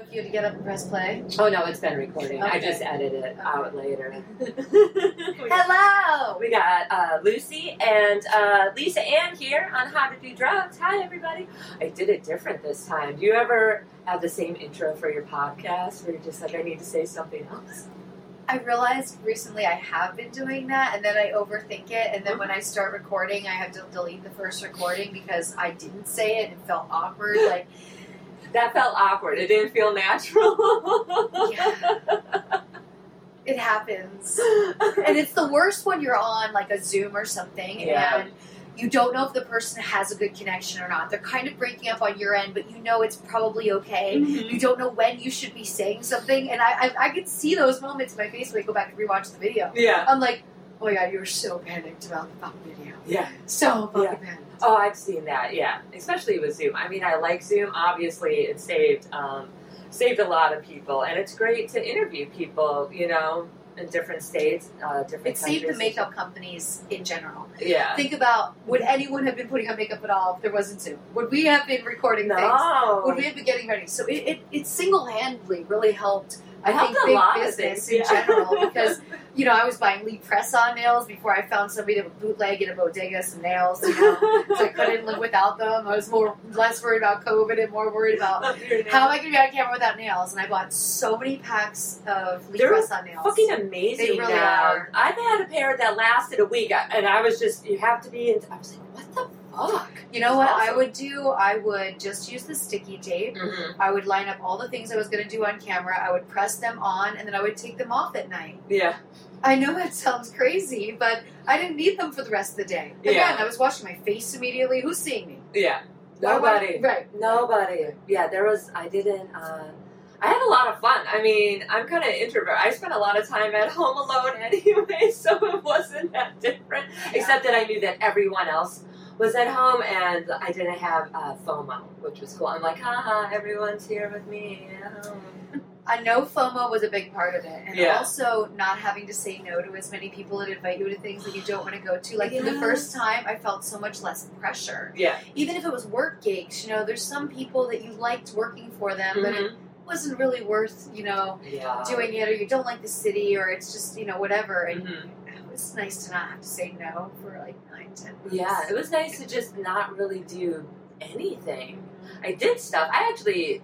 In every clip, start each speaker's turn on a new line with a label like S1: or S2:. S1: of you to get up and press play?
S2: Oh no, it's been recording. I
S1: Okay.
S2: just edited it out later.
S1: Hello!
S2: We got uh, Lucy and uh, Lisa Ann here on How to Do Drugs. Hi, everybody. I did it different this time. Do you ever have the same intro for your podcast where you're just like, I need to say something else?
S1: I realized recently I have been doing that, and then I overthink it, and then when I start recording, I have to delete the first recording because I didn't say it and it felt awkward. Like,
S2: That felt awkward. It didn't feel natural.
S1: yeah. It happens. And it's the worst when you're on like a Zoom or something
S2: Yeah.
S1: and you don't know if the person has a good connection or not. They're kind of breaking up on your end, but you know it's probably okay. you don't know when you should be saying something, and I I, I could see those moments in my face when I go back and rewatch the video.
S2: yeah.
S1: I'm like, oh my god, you were so panicked about the fucking video,
S2: Yeah.
S1: so fucking
S2: Yeah.
S1: panicked.
S2: Oh, I've seen that. Yeah, especially with Zoom. I mean, I like Zoom. Obviously, it saved um, saved a lot of people, and it's great to interview people. You know, in different states, uh, different.
S1: It saved the
S2: countries.
S1: makeup companies in general.
S2: Yeah.
S1: Think about would anyone have been putting on makeup at all if there wasn't Zoom? Would we have been recording things?
S2: No.
S1: Would we have been getting ready? So it, it, it single handedly really helped. I
S2: It helped
S1: think
S2: a
S1: big
S2: lot of
S1: business
S2: things,
S1: in
S2: yeah.
S1: general because you know I was buying Lee press on nails before I found somebody to bootleg in a bodega some nails. You know, So I couldn't live without them. I was more less worried about COVID and more worried about how am I going to be on camera without nails. And I bought so many packs of Lee
S2: They're
S1: press on nails.
S2: Fucking amazing
S1: They really
S2: now.
S1: are.
S2: I've had a pair that lasted a week, I- and I was just, you have to be in. I was like, what the fuck?
S1: you know what I
S2: awesome.
S1: would do? I would just use the sticky tape.
S2: Mm-hmm.
S1: I would line up all the things I was going to do on camera. I would press them on, and then I would take them off at night.
S2: Yeah.
S1: I know that sounds crazy, but I didn't need them for the rest of the day. Again,
S2: Yeah.
S1: I was washing my face immediately. Who's seeing me?
S2: Yeah.
S1: Why would I-
S2: Nobody.
S1: right.
S2: Nobody. Yeah, there was. I didn't. Uh, I had a lot of fun. I mean, I'm kind of introvert. I spent a lot of time at home alone anyway, so it wasn't that different. Except that I knew that everyone else was at home, and I didn't have uh, FOMO, which was cool. I'm like, haha, everyone's here with me. at home."
S1: I know FOMO was a big part of it, and
S2: Yeah.
S1: also not having to say no to as many people that invite you to things that you don't want to go to. Like for the
S2: Yes.
S1: first time, I felt so much less pressure.
S2: Yeah.
S1: Even if it was work gigs, you know, there's some people that you liked working for them, but it
S2: Mhm.
S1: wasn't really worth, you know,
S2: Yeah.
S1: doing it, or you don't like the city, or it's just, you know, whatever. And
S2: Mhm.
S1: it was nice to not have to say no for like nine, ten months.
S2: Yeah, it was nice to just not really do anything. I did stuff. I actually,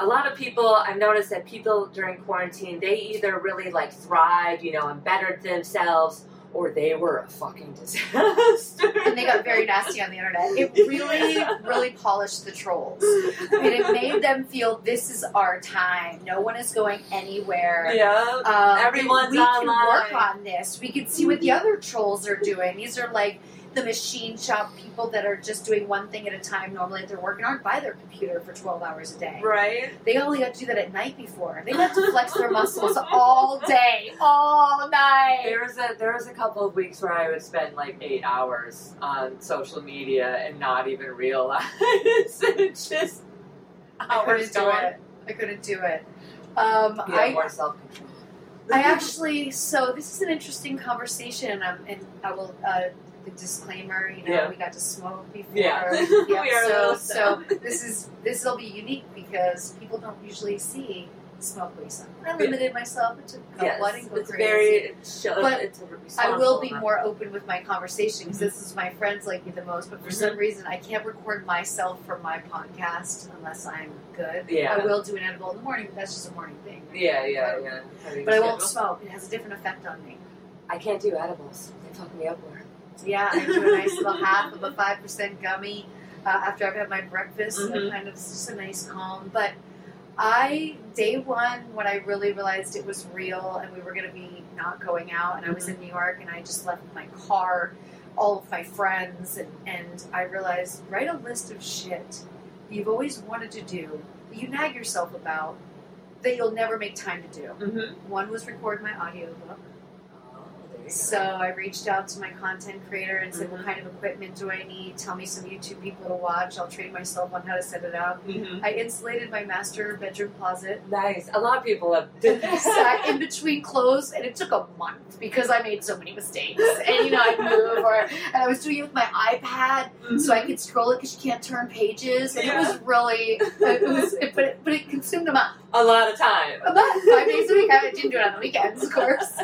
S2: a lot of people, I've noticed that people during quarantine, they either really like thrived, you know, and bettered themselves, or they were a fucking disaster.
S1: and they got very nasty on the internet. It really, really polished the trolls. And it made them feel this is our time. No one is going anywhere.
S2: Yeah.
S1: Um,
S2: Everyone's
S1: we can
S2: online.
S1: work on this. We can see what the other trolls are doing. These are like the machine shop people that are just doing one thing at a time normally that they're working aren't by their computer for 12 hours a day.
S2: Right?
S1: They only got to do that at night before. They got to flex their muscles all day, all night.
S2: There was a there was a couple of weeks where I would spend like eight hours on social media and not even realize it's just
S1: I couldn't
S2: hours
S1: do
S2: gone.
S1: it. I couldn't do it. Um,
S2: Yeah,
S1: I
S2: more self control.
S1: I actually, so this is an interesting conversation, and, um, and I will, uh, the disclaimer, you know,
S2: Yeah.
S1: we got to smoke before
S2: Yeah.
S1: the
S2: We are a
S1: episode,
S2: little
S1: so this is, this will be unique because people don't usually see smoke Lisa. I limited myself, it took a couple, I didn't go
S2: it's
S1: crazy.
S2: very. It shows,
S1: But
S2: it's a
S1: I will be
S2: responsible
S1: more open with my conversation because this is my friends like me the most, but for
S2: Mm-hmm.
S1: some reason I can't record myself for my podcast unless I'm good.
S2: Yeah.
S1: I will do an edible in the morning, but that's just a morning thing.
S2: amount. Yeah, yeah, yeah. Having
S1: But
S2: a
S1: I won't
S2: schedule.
S1: smoke, it has a different effect on me.
S2: I can't do edibles. They fuck me up more.
S1: Yeah, I do a nice little half of a five percent gummy uh, after I've had my breakfast. and
S2: Mhm.
S1: kind of it's just a nice calm. But I day one when I really realized it was real and we were going to be not going out, and I was in New York and I just left my car, all of my friends, and, and I realized write a list of shit you've always wanted to do that you nag yourself about that you'll never make time to do.
S2: Mm-hmm.
S1: One was record my audiobook.
S2: Oh, there you're
S1: So I reached out to my content creator and said,
S2: Mhm.
S1: "What kind of equipment do I need? Tell me some YouTube people to watch. I'll train myself on how to set it up."
S2: gonna- Mhm.
S1: I insulated my master bedroom closet.
S2: Nice. A lot of people have did this.
S1: Sat in between clothes, and it took a month because I made so many mistakes. And you know, I move, or and I was doing it with my iPad
S2: Mm-hmm.
S1: so I could scroll it because you can't turn pages. And it
S2: Yeah.
S1: was really, it was, it, but it, but it consumed a month.
S2: a lot of time.
S1: But five days a week, I didn't do it on the weekends, of course.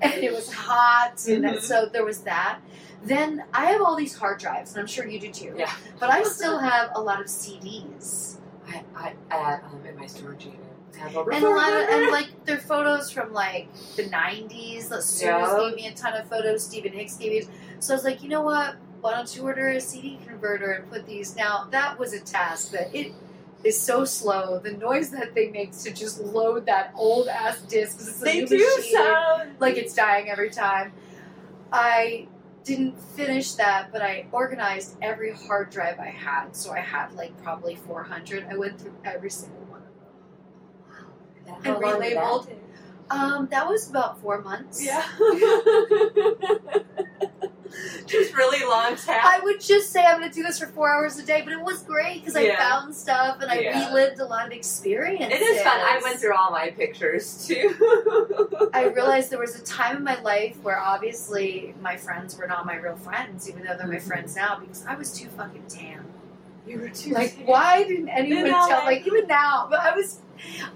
S1: And it was hot, and
S2: Mhm.
S1: so there was that. Then I have all these hard drives, and I'm sure you do too.
S2: Yeah.
S1: But I still have a lot of CDs
S2: I, I add um, in my storage unit. Have a
S1: and a lot of and like they're photos from like the '90s. Like, Suze
S2: Yeah.
S1: gave me a ton of photos. Stephen Hicks gave me. So I was like, you know what? Why don't you order a CD converter and put these? Now that was a task that it is so slow. The noise that thing makes to just load that old ass disc. 'cause It's a
S2: they
S1: new
S2: do
S1: machine
S2: sound
S1: like it's dying every time. I didn't finish that, but I organized every hard drive I had. So I had like probably 400. I went through every single one of them.
S2: How
S1: and
S2: long did that
S1: relabeled.
S2: take?
S1: Um, that was about four months.
S2: Yeah. Just really long
S1: I
S2: tabs.
S1: would just say I'm going to do this for four hours a day, but it was great because I
S2: Yeah.
S1: found stuff and I
S2: Yeah.
S1: relived a lot of experiences.
S2: It is fun. I went through all my pictures too.
S1: I realized there was a time in my life where obviously my friends were not my real friends, even though they're my
S2: Mhm.
S1: friends now, because I was too fucking tan.
S2: you were too
S1: Like, why didn't anyone
S2: Then I'll,
S1: tell?
S2: like-
S1: Like, even now, but I was,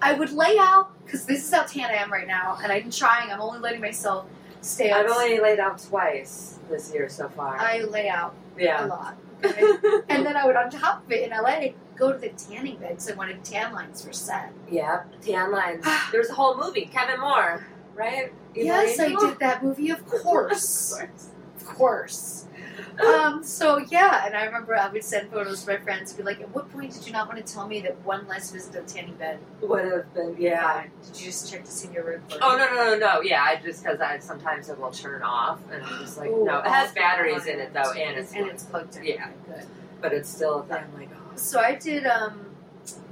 S1: I would lay out because this is how tan I am right now, and I'm trying. I'm only letting myself stay.
S2: I've
S1: up-
S2: only laid out twice this year so far.
S1: I lay out a
S2: yeah.
S1: lot, okay? and then I would, on top of it, in LA, go to the tanning bed because I wanted tan lines for set.
S2: yeah. Tan lines. There's a whole movie. Kevin Moore, right?
S1: yes, I
S2: Elaine?
S1: did that movie, of course,
S2: Of
S1: of course. Um, so yeah, and I remember I would send photos to my friends and be like, "At what point did you not want to tell me that one less visit of tanning bed?
S2: Would have been. Yeah.
S1: Fine. Did you just check to see your room? for
S2: Oh
S1: me?"
S2: no no no no! Yeah, I just because I sometimes it will turn off, and I'm just like,
S1: Ooh,
S2: no, it has
S1: awesul.
S2: batteries in it though, and it's
S1: and it's plugged in.
S2: Yeah.
S1: Good.
S2: but it's still a thing. I'm like, oh,
S1: So I did um,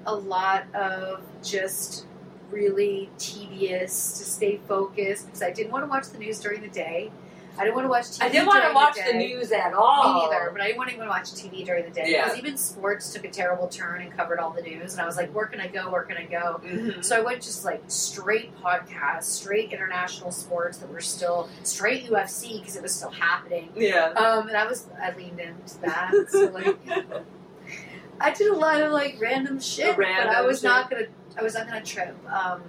S1: a lot of just really tedious to stay focused because I didn't want to watch the news during the day. I didn't want to watch TV.
S2: I didn't want to
S1: during
S2: watch
S1: day.
S2: the news at
S1: Me
S2: all.
S1: neither, but I didn't want to even watch TV during the day
S2: Yeah.
S1: because even sports took a terrible turn and covered all the news. And I was like, where can I go? Where can I go?
S2: Mhm.
S1: So I went just like straight podcasts, straight international sports that were still straight UFC because it was still happening.
S2: Yeah.
S1: Um, and I was I leaned into that. So like I did a lot of like random shit, but I
S2: Random
S1: was not gonna I was not gonna trip. Um,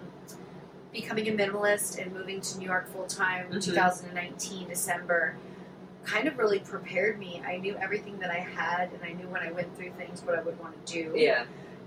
S1: becoming a minimalist and moving to New York full time
S2: Mhm.
S1: 2019 December kind of really prepared me. I knew everything that I had and I knew when I went through things what I would want to do.
S2: yeah.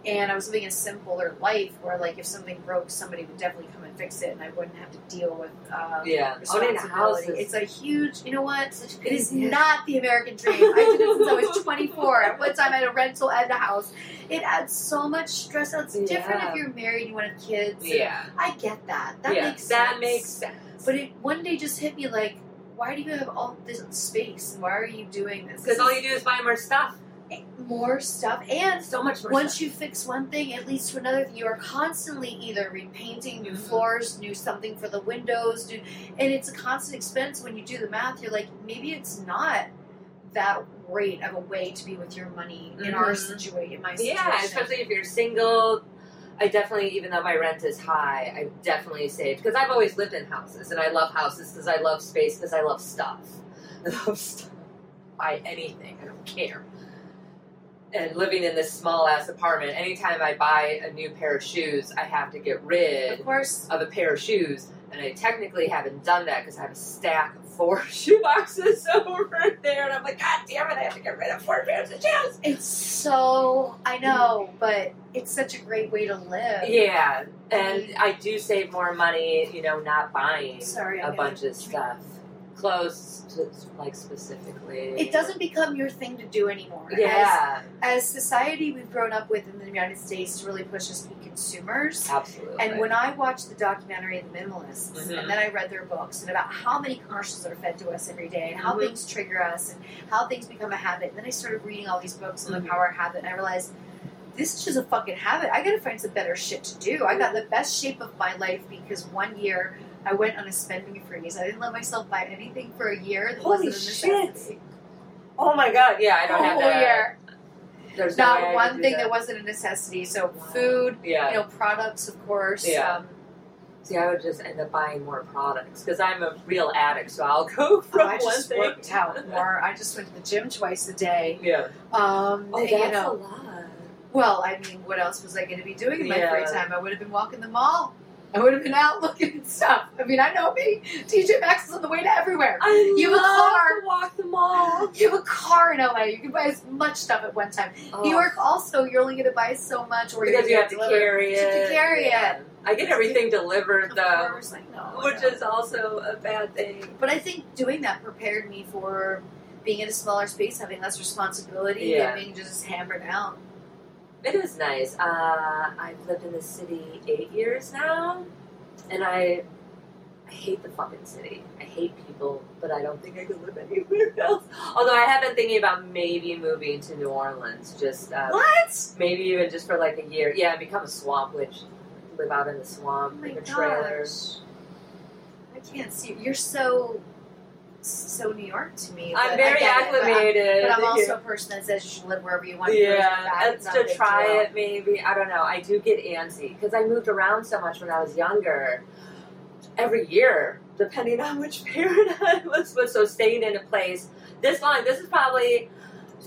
S1: And I was living a simpler life where like if something broke somebody would definitely come and fix it and I wouldn't have to deal with um,
S2: Yeah. Owning a house
S1: responsibility.
S2: is
S1: It's a huge you know what?
S2: such
S1: It is
S2: business.
S1: not the American dream. I did it since I was 24. At one time, I had a rental and a house. It adds so much stress. It's different
S2: Yeah.
S1: if you're married and you want to have kids.
S2: Yeah.
S1: I get that. That
S2: yeah.
S1: makes
S2: that
S1: sense.
S2: makes sense.
S1: But it one day just hit me like, why do you have all this space? Why are you doing this?
S2: because all you do is buy more stuff,
S1: do more stuff and.
S2: so much more.
S1: Once
S2: stuff.
S1: you fix one thing, it leads to another. You are constantly either repainting new
S2: Mhm.
S1: floors, new something for the windows, new, and it's a constant expense. When you do the math, you're like, maybe it's not that great of a way to be with your money in our
S2: Mhm.
S1: situation, in my situation.
S2: yeah, especially if you're single. I definitely, even though my rent is high, I definitely saved because I've always lived in houses and I love houses because I love space because I love stuff. I love stuff. Buy anything. I don't care. And living in this small ass apartment, anytime I buy a new pair of shoes, I have to get rid
S1: of course.
S2: of a pair of shoes, and I technically haven't done that because I have a stack of four shoe boxes over there, and I'm like, God damn it, I have to get rid of four pairs of shoes.
S1: It's so I know, but it's such a great way to live.
S2: Yeah, and I do save more money, you know, not buying
S1: Sorry, I
S2: a
S1: know.
S2: bunch of stuff, clothes, to, like specifically.
S1: It doesn't become your thing to do anymore. As-
S2: Yeah,
S1: As, society we've grown up with in the United States to really push us to be consumers.
S2: absolutely.
S1: And when I watched the documentary The Minimalists,
S2: Mhm.
S1: and then I read their books, and about how many commercials are fed to us every day, and how
S2: Mhm.
S1: things trigger us, and how things become a habit, and then I started reading all these books on
S2: Mhm.
S1: the power of habit, and I realized this is just a fucking habit. I gotta find some better shit to do. I got in the best shape of my life because one year I went on a spending freeze. I didn't let myself buy anything for a year that
S2: Holy
S1: wasn't a
S2: shit.
S1: necessity.
S2: Oh my god, Oh, yeah, I don't
S1: a
S2: have
S1: whole
S2: that.
S1: year.
S2: There's no way I
S1: Not
S2: could
S1: one
S2: do
S1: thing
S2: that.
S1: that wasn't a necessity. So
S2: Wow.
S1: food,
S2: Yeah.
S1: you know, products, of course.
S2: Yeah.
S1: Um,
S2: See, I would just end up buying more products because I'm a real addict, so I'll go from
S1: Oh, I
S2: one
S1: just
S2: thing.
S1: worked out more. I just went to the gym twice a day.
S2: Yeah.
S1: Um,
S2: Oh, that's
S1: you know,
S2: a lot.
S1: well, I mean, what else was I going to be doing in my free
S2: Yeah.
S1: time? I would have been walking the mall. I would have been out looking at stuff. I mean, I know me. TJ Maxx is on the way to everywhere.
S2: I
S1: You have a
S2: love
S1: car.
S2: to walk the mall.
S1: You have a car in LA. You can buy as much stuff at one time.
S2: Oh,
S1: New York also, you're only going to buy so much, or
S2: because you
S1: you're
S2: have
S1: gonna get
S2: to
S1: delivered.
S2: carry
S1: You have
S2: it.
S1: to carry
S2: Yeah. I get everything delivered
S1: Of
S2: though,
S1: course, I know. I
S2: which
S1: know.
S2: is also a bad thing.
S1: But I think doing that prepared me for being in a smaller space, having less responsibility,
S2: Yeah.
S1: and being just hammered out.
S2: It is nice. Uh, I've lived in the city eight years now, and I, I hate the fucking city. I hate people, but I don't think I could live anywhere else. Although I have been thinking about maybe moving to New Orleans, just uh,
S1: What?
S2: maybe even just for like a year. Yeah, and become a swamp witch, live out in the swamp,
S1: Oh my
S2: in a
S1: gosh.
S2: trailer.
S1: I can't see. You're so so New York to me. but I
S2: I'm very
S1: get it, but I'm-
S2: acclimated.
S1: But I'm
S2: Yeah.
S1: also a person that says you should live wherever you want. Where's your back?
S2: Yeah,
S1: It's
S2: let's
S1: not a
S2: to
S1: big
S2: try
S1: deal.
S2: it maybe. I don't know. I do get antsy because I moved around so much when I was younger. Every year, depending on which parent I was with, so staying in a place this long. This is probably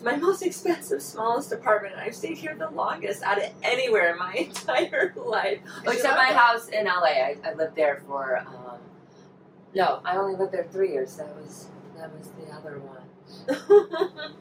S2: my most expensive, smallest apartment, and I've stayed here the longest out of anywhere in my entire life.
S1: You
S2: Except
S1: love
S2: my
S1: it.
S2: house in LA. I, I lived there for um, no, I only lived there three years. That was that was the other one.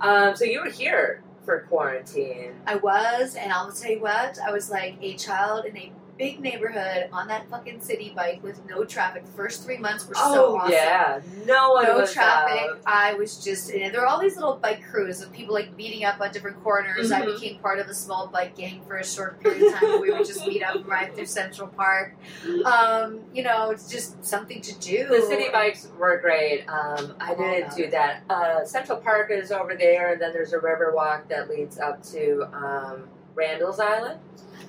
S2: um, so you were here for quarantine.
S1: I was, and I'll tell you what, I was like a child in a big neighborhood on that fucking city bike with no traffic. The first three months were so
S2: oh
S1: awesome.
S2: yeah, no one
S1: no
S2: was uh,
S1: traffic.
S2: out.
S1: I was just and there were all these little bike crews of people like meeting up on different corners. I
S2: Mhm.
S1: became part of a small bike gang for a short period of time. where we would just meet up and ride through Central Park. Um, you know, it's just something to do.
S2: The city bikes were great. Um,
S1: I'm
S2: I
S1: all
S2: didn't
S1: about
S2: do
S1: it.
S2: that. Uh, Central Park is over there, and then there's a river walk that leads up to um, Randall's Island.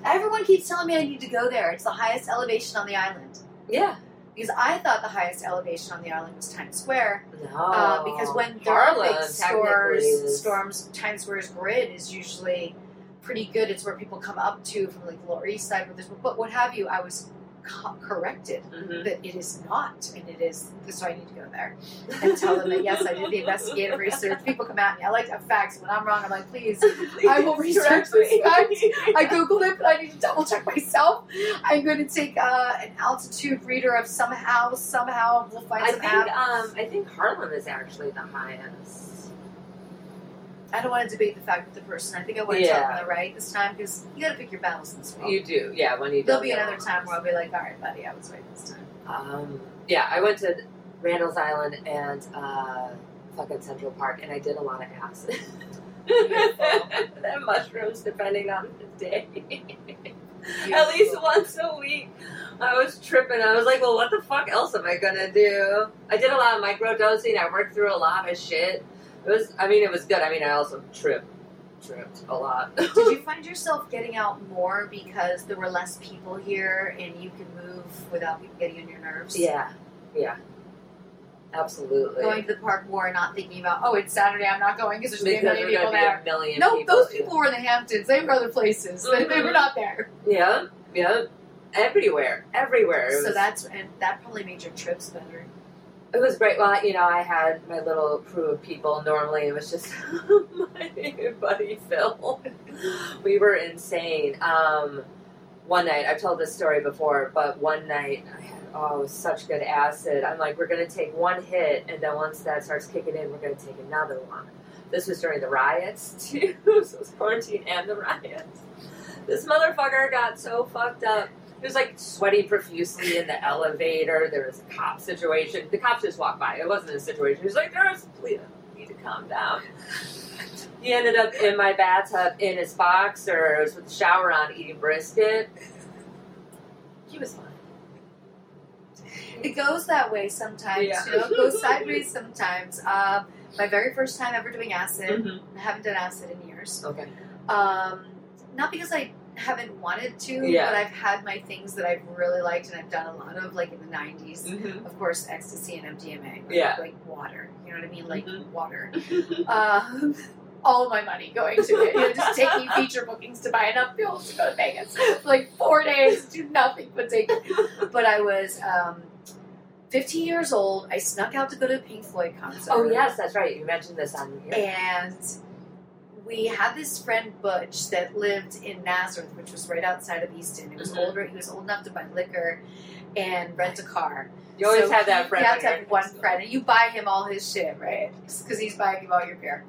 S1: Everyone keeps telling me I need to go there. It's the highest elevation on the island
S2: Yeah,
S1: because I thought the highest elevation on the island was Times Square.
S2: no,
S1: Uh, because when there are
S2: Harlem
S1: big
S2: Oh, technically
S1: stores,
S2: is-
S1: storms, Times Square's grid is usually pretty good. It's where people come up to from like the Lower East Side, but, there's, but what have you. I was co- corrected
S2: Mhm.
S1: that it is not, and it is. So I need to go there and tell them that yes, I did the investigative research. People come at me. I like to have facts. When I'm wrong, I'm like, please. I will research this fact. I googled it, but I need to double check myself. I'm going to take uh, an altitude reader of somehow, somehow we'll find
S2: I
S1: some
S2: think
S1: app.
S2: um, I think Harlem is actually the highest.
S1: I don't want to debate the fact with the person. I think I want to tell
S2: Yeah.
S1: them the right this time because you got to pick your battles in this world.
S2: You do, yeah. When you
S1: There'll
S2: don't
S1: be
S2: go.
S1: another time where I'll be like, all right, buddy, I was right this time.
S2: Um, yeah, I went to Randall's Island and uh, fucking Central Park, and I did a lot of acid. and mushrooms, depending on the day. At least once a week. I was tripping. I was like, well, what the fuck else am I gonna do? I did a lot of microdosing. I worked through a lot of shit. It was, I mean, it was good. I mean, I also tripped, tripped a lot.
S1: Did you find yourself getting out more because there were less people here and you could move without people getting on your nerves?
S2: Yeah, yeah, absolutely.
S1: Going to the park more and not thinking about, oh, it's Saturday, I'm not going because there's
S2: because
S1: going to be a
S2: there's
S1: million people
S2: gonna be
S1: there.
S2: a million
S1: No,
S2: people.
S1: those people were in the Hamptons. They were other places. They, they were
S2: Mhm.
S1: not there.
S2: Yeah, yeah, everywhere, everywhere. It
S1: So
S2: was,
S1: that's and that probably made your trips better.
S2: it was great. Well, you know, I had my little crew of people. Normally, it was just my buddy Phil. We were insane. Um, one night, I've told this story before, but one night, I had oh, it was such good acid. I'm like, we're gonna take one hit, and then once that starts kicking in, we're gonna take another one. This was during the riots too, so it was quarantine and the riots. This motherfucker got so fucked up. He was like sweating profusely in the elevator. There was a cop situation. The cops just walked by. It wasn't a situation. He was like, "There's, please, you need to calm down." He ended up in my bathtub in his boxers with the shower on, eating brisket. He was fine.
S1: It goes that way sometimes.
S2: Yeah.
S1: You know, it goes sideways sometimes. Um, my very first Mm-hmm.
S2: Mm-hmm.
S1: time ever doing acid. I haven't done acid in years.
S2: Okay.
S1: Um, not because I haven't wanted to,
S2: Yeah.
S1: but I've had my things that I've really liked and I've done a lot of, like in the 90s.
S2: Mhm.
S1: Of course, ecstasy and MDMA. like-
S2: Yeah.
S1: Like water. You know what I mean? Like
S2: Mhm.
S1: water. um, all my money going to it. You know, just taking feature bookings to buy enough fuel to go to Vegas. For like four days, do nothing but take. But I was um, 15 years old. I snuck out to go to a Pink Floyd concert.
S2: Oh yes, that's right. You mentioned this on the
S1: And we had this friend Butch that lived in Nazareth, which was right outside of Easton. He was
S2: Mhm.
S1: older. He was old enough to buy liquor and rent a car.
S2: You always
S1: So
S2: have
S1: he-
S2: that friend.
S1: You have to
S2: when
S1: have
S2: you're in
S1: one friend, and you buy him all his shit, right? Because he's buying you all your beer.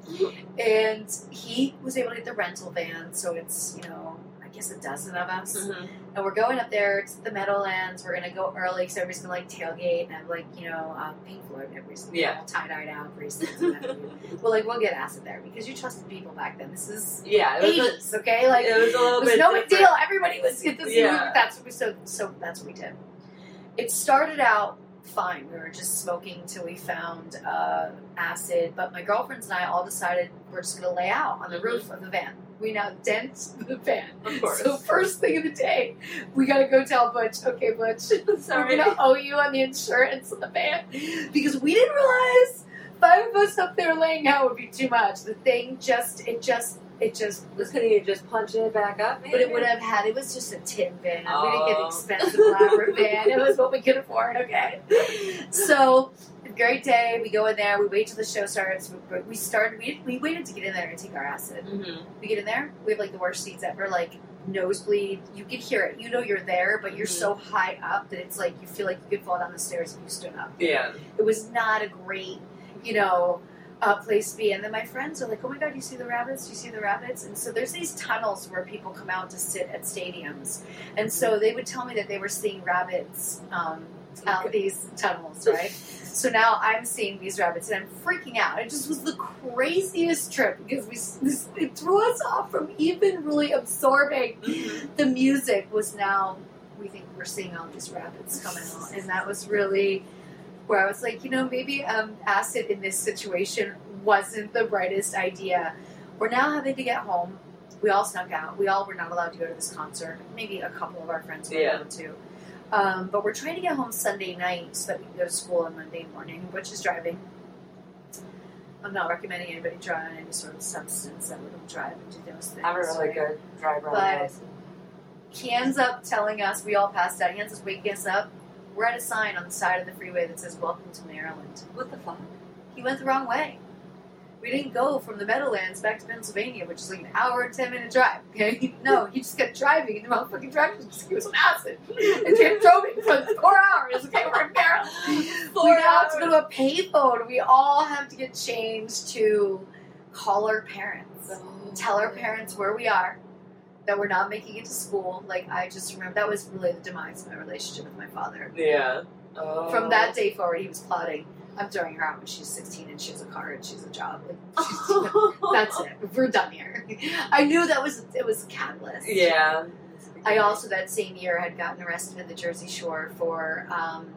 S1: And he was able to get the rental van, so it's you know, I guess a dozen of us,
S2: school. Mhm.
S1: and we're going up there to the Meadowlands. We're gonna go early, so everybody's gonna like tailgate, and I'm like, you know, um, Pink Floyd, everybody's
S2: Yeah.
S1: tie dyed out, bracelets. and that. well, like we'll get acid there because you trusted people back then. This is
S2: Yeah, it was,
S1: 80s, okay?
S2: a,
S1: Like
S2: it was a little
S1: it was
S2: bit
S1: no
S2: different.
S1: big deal. Everybody was at this.
S2: Yeah.
S1: That's what we so so that's what we did. It started out fine. We were just smoking till we found uh, acid. But my girlfriends and I all decided we're just going to lay out on the roof of the van. We now dent the van.
S2: Mm-hmm. Of course.
S1: So first thing of the day, we got to go tell Butch. Okay, Butch,
S2: Sorry.
S1: we're going to owe you on the insurance of the van because we didn't realize five of us up there laying out would be too much. The thing just it just it just
S2: Just couldn't you just punch it back up?
S1: but it
S2: maybe?
S1: would have had, it was just a tin van. We didn't get an
S2: Oh.
S1: expensive elaborate van. It was what we could afford, okay? So, great day. We go in there. We wait till the show starts. We, we started, we, we waited to get in there and take our acid.
S2: Mhm.
S1: We get in there. We have like the worst seats ever. Like, nosebleed. You can hear it. You know you're there, but you're
S2: Mhm.
S1: so high up that it's like you feel like you could fall down the stairs if you stood up
S2: Yeah.
S1: it was not a great, you know, uh, place to be. And then my friends are like, "Oh my god, you see the rabbits? You see the rabbits?" And so there's these tunnels where people come out to sit at stadiums, and so they would tell me that they were seeing rabbits um, out these tunnels, right? So now I'm seeing these rabbits and I'm freaking out. It just was the craziest trip because we this, it threw us off from even really absorbing
S2: Mhm.
S1: the music was now we think we're seeing all these rabbits coming out and that was really where i was like you know maybe um, acid in this situation wasn't the brightest idea we're now having to get home we all snuck out we all were not allowed to go to this concert maybe a couple of our friends were
S2: Yeah.
S1: allowed to um, but we're trying to get home sunday night so that we can go to school on monday morning which is driving i'm not recommending anybody drive on any sort of substance that would drive and do those things
S2: I'm a really
S1: right?
S2: good driver. on
S1: But-
S2: those.
S1: he ends up telling us we all passed out. He ends up waking us up. We're at a sign on the side of the freeway that says "Welcome to Maryland."
S2: what the fuck?
S1: He went the wrong way. We didn't go from the Meadowlands back to Pennsylvania, which is like an hour and ten minute drive. Okay, no, he just kept driving in the wrong fucking direction because he was on acid and kept driving for four hours. Okay, we're in Maryland. we
S2: Four
S1: now have to go to a payphone. We all have to get changed to call our parents tell our parents where we are, that we're not making it to school. Like I just remember that was really the demise of my relationship with my father.
S2: Yeah. Oh.
S1: From that day forward, he was plotting. I'm throwing her out when she's 16 and she has a car and she has a job. Like she's, that's it. We're done here. I knew that was it was a catalyst.
S2: Yeah.
S1: I also that same year had gotten arrested in the Jersey Shore for um,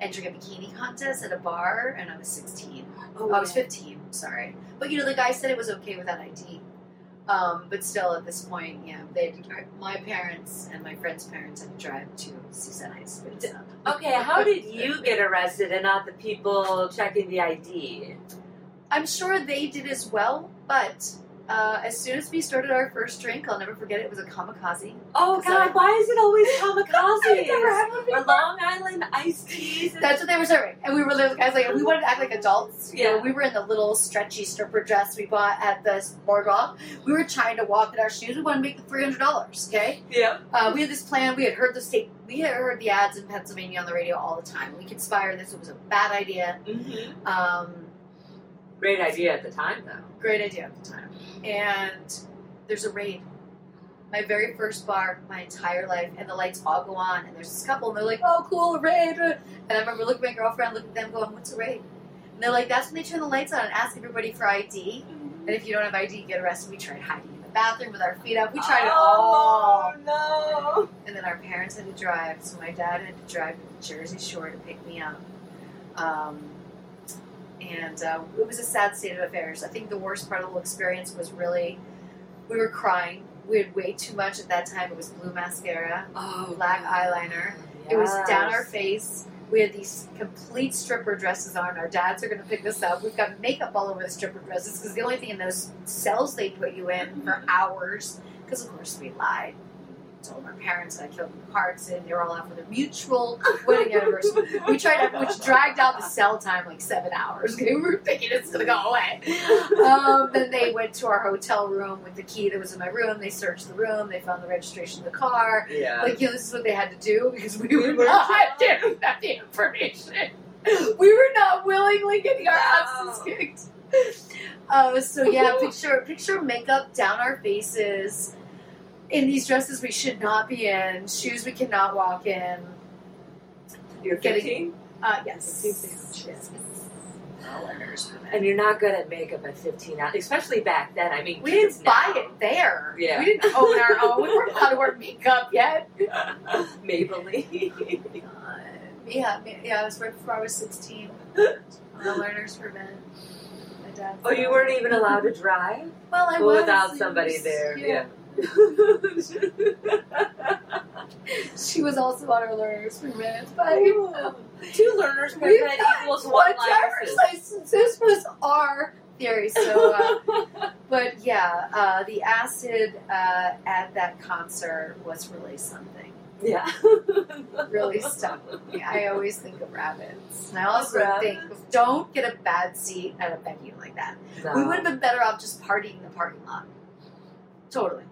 S1: entering a bikini contest at a bar, and I was 16.
S2: Oh,
S1: I was 15, sorry. But you know, the guy said it was okay without ID. Um, but still, at this point, yeah, they had to drive. My parents and my friend's parents had to drive to Seaside High School. so.
S2: Okay, how did you get arrested and not the people checking the ID?
S1: I'm sure they did as well, but uh, as soon as we started our first drink, I'll never forget it was a kamikaze.
S2: Oh
S1: Sorry.
S2: God, why is it always
S1: I've never
S2: kamikazes?
S1: had one
S2: or
S1: before.
S2: Long Island iced teas? and-
S1: That's what they were serving, and we were little guys like we wanted to act like adults. You know,
S2: Yeah.
S1: we were in the little stretchy stripper dress we bought at the boardwalk. We were trying to walk in our shoes. We wanted to make the three hundred dollars. Okay,
S2: yeah.
S1: Uh, we had this plan. We had heard the state. We had heard the ads in Pennsylvania on the radio all the time. We conspired this. It was a bad idea.
S2: hmm
S1: Um,
S2: Great idea at the time, though.
S1: great idea at the time. And there's a raid. My very first bar, my entire life, and the lights all go on. And there's this couple, and they're like, "Oh, cool, a raid!" And I remember looking at my girlfriend, looking at them, going, "What's a raid?" And they're like, "That's when they turn the lights on and ask everybody for ID. And if you don't have ID, you get arrested." We tried hiding in the bathroom with our feet up. We tried it all.
S2: Oh no!
S1: And then our parents had to drive, so my dad had to drive to Jersey Shore to pick me up. Um, and uh, it was a sad state of affairs. I think the worst part of the whole experience was really we were crying. we had way too much at that time. It was blue mascara,
S2: Oh,
S1: black eyeliner. It was down our face. We had these complete stripper dresses on. Our dads are going to pick this up. We've got makeup all over the stripper dresses because the only thing in those cells they put you in for hours. Because of course we lied. Told our parents that I killed the parts and they were all out for their mutual wedding anniversary. We tried to, which dragged out the cell time like seven hours. 'cause We were thinking it's gonna go away. Um, then they went to our hotel room with the key that was in my room. They searched the room. They found the registration of the car.
S2: Yeah.
S1: Like, you know, this is what they had to do because we
S2: We
S1: were
S2: were
S1: not
S2: drunk.
S1: giving them the information. We were not willingly getting our
S2: No.
S1: asses kicked. Uh, so yeah, picture picture makeup down our faces, in these dresses we should not be in, shoes we cannot walk in.
S2: you're
S1: getting-
S2: 15,
S1: Uh,
S2: yes.
S1: yes. Dollars for that.
S2: and you're not good at makeup at 15, now, especially back then. I mean,
S1: We
S2: kids
S1: didn't buy
S2: now.
S1: it there.
S2: Yeah.
S1: We didn't own our own. We weren't allowed to wear makeup yet.
S2: Maybelline.
S1: Uh, Yeah, ma- yeah, it was right before I was 16. The learner's prevent. My dad.
S2: oh, you weren't even allowed to drive
S1: Well, I
S2: Well,
S1: was.
S2: without
S1: it was-
S2: somebody there.
S1: Yeah. She was also on her learner's prevent. But you know,
S2: Two learners per
S1: We've
S2: head
S1: got
S2: equals
S1: my
S2: one
S1: driver's
S2: license.
S1: license. This was our theory. So, uh, But yeah, uh, the acid uh, at that concert was really something.
S2: yeah.
S1: Really stuck with me. I always think of rabbits. And I also
S2: Love
S1: think don't get a bad seat at a venue like that.
S2: No.
S1: We would have been better off just partying in the parking lot. Totally.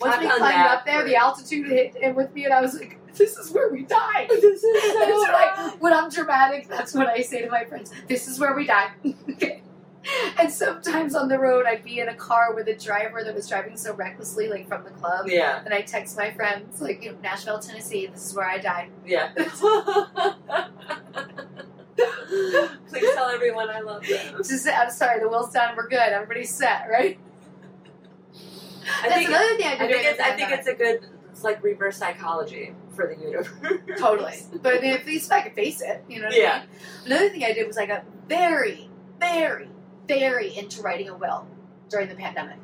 S1: Once
S2: I've
S1: we
S2: done
S1: climbed
S2: that
S1: up there,
S2: for-
S1: the altitude hit in with me, and I was like, "This is where we die."
S2: This is so
S1: That's what I,
S2: bad.
S1: when I'm dramatic, that's what I say to my friends. This is where we die. Okay. and sometimes on the road, I'd be in a car with a driver that was driving so recklessly, like from the club.
S2: Yeah,
S1: And I text my friends, like, you know, Nashville, Tennessee, this is where I die.
S2: yeah. Please tell everyone I love them.
S1: Just, I'm sorry, the wheels down, we're good. Everybody's set, right?
S2: I
S1: That's
S2: think,
S1: another thing I
S2: I
S1: did.
S2: think
S1: during
S2: it's
S1: the
S2: I think
S1: pandemic.
S2: it's a good it's like reverse psychology for the universe.
S1: Totally. But I mean, at least I could face it, you know what I
S2: Yeah.
S1: mean? Another thing I did was I got very, very, very into writing a will during the pandemic.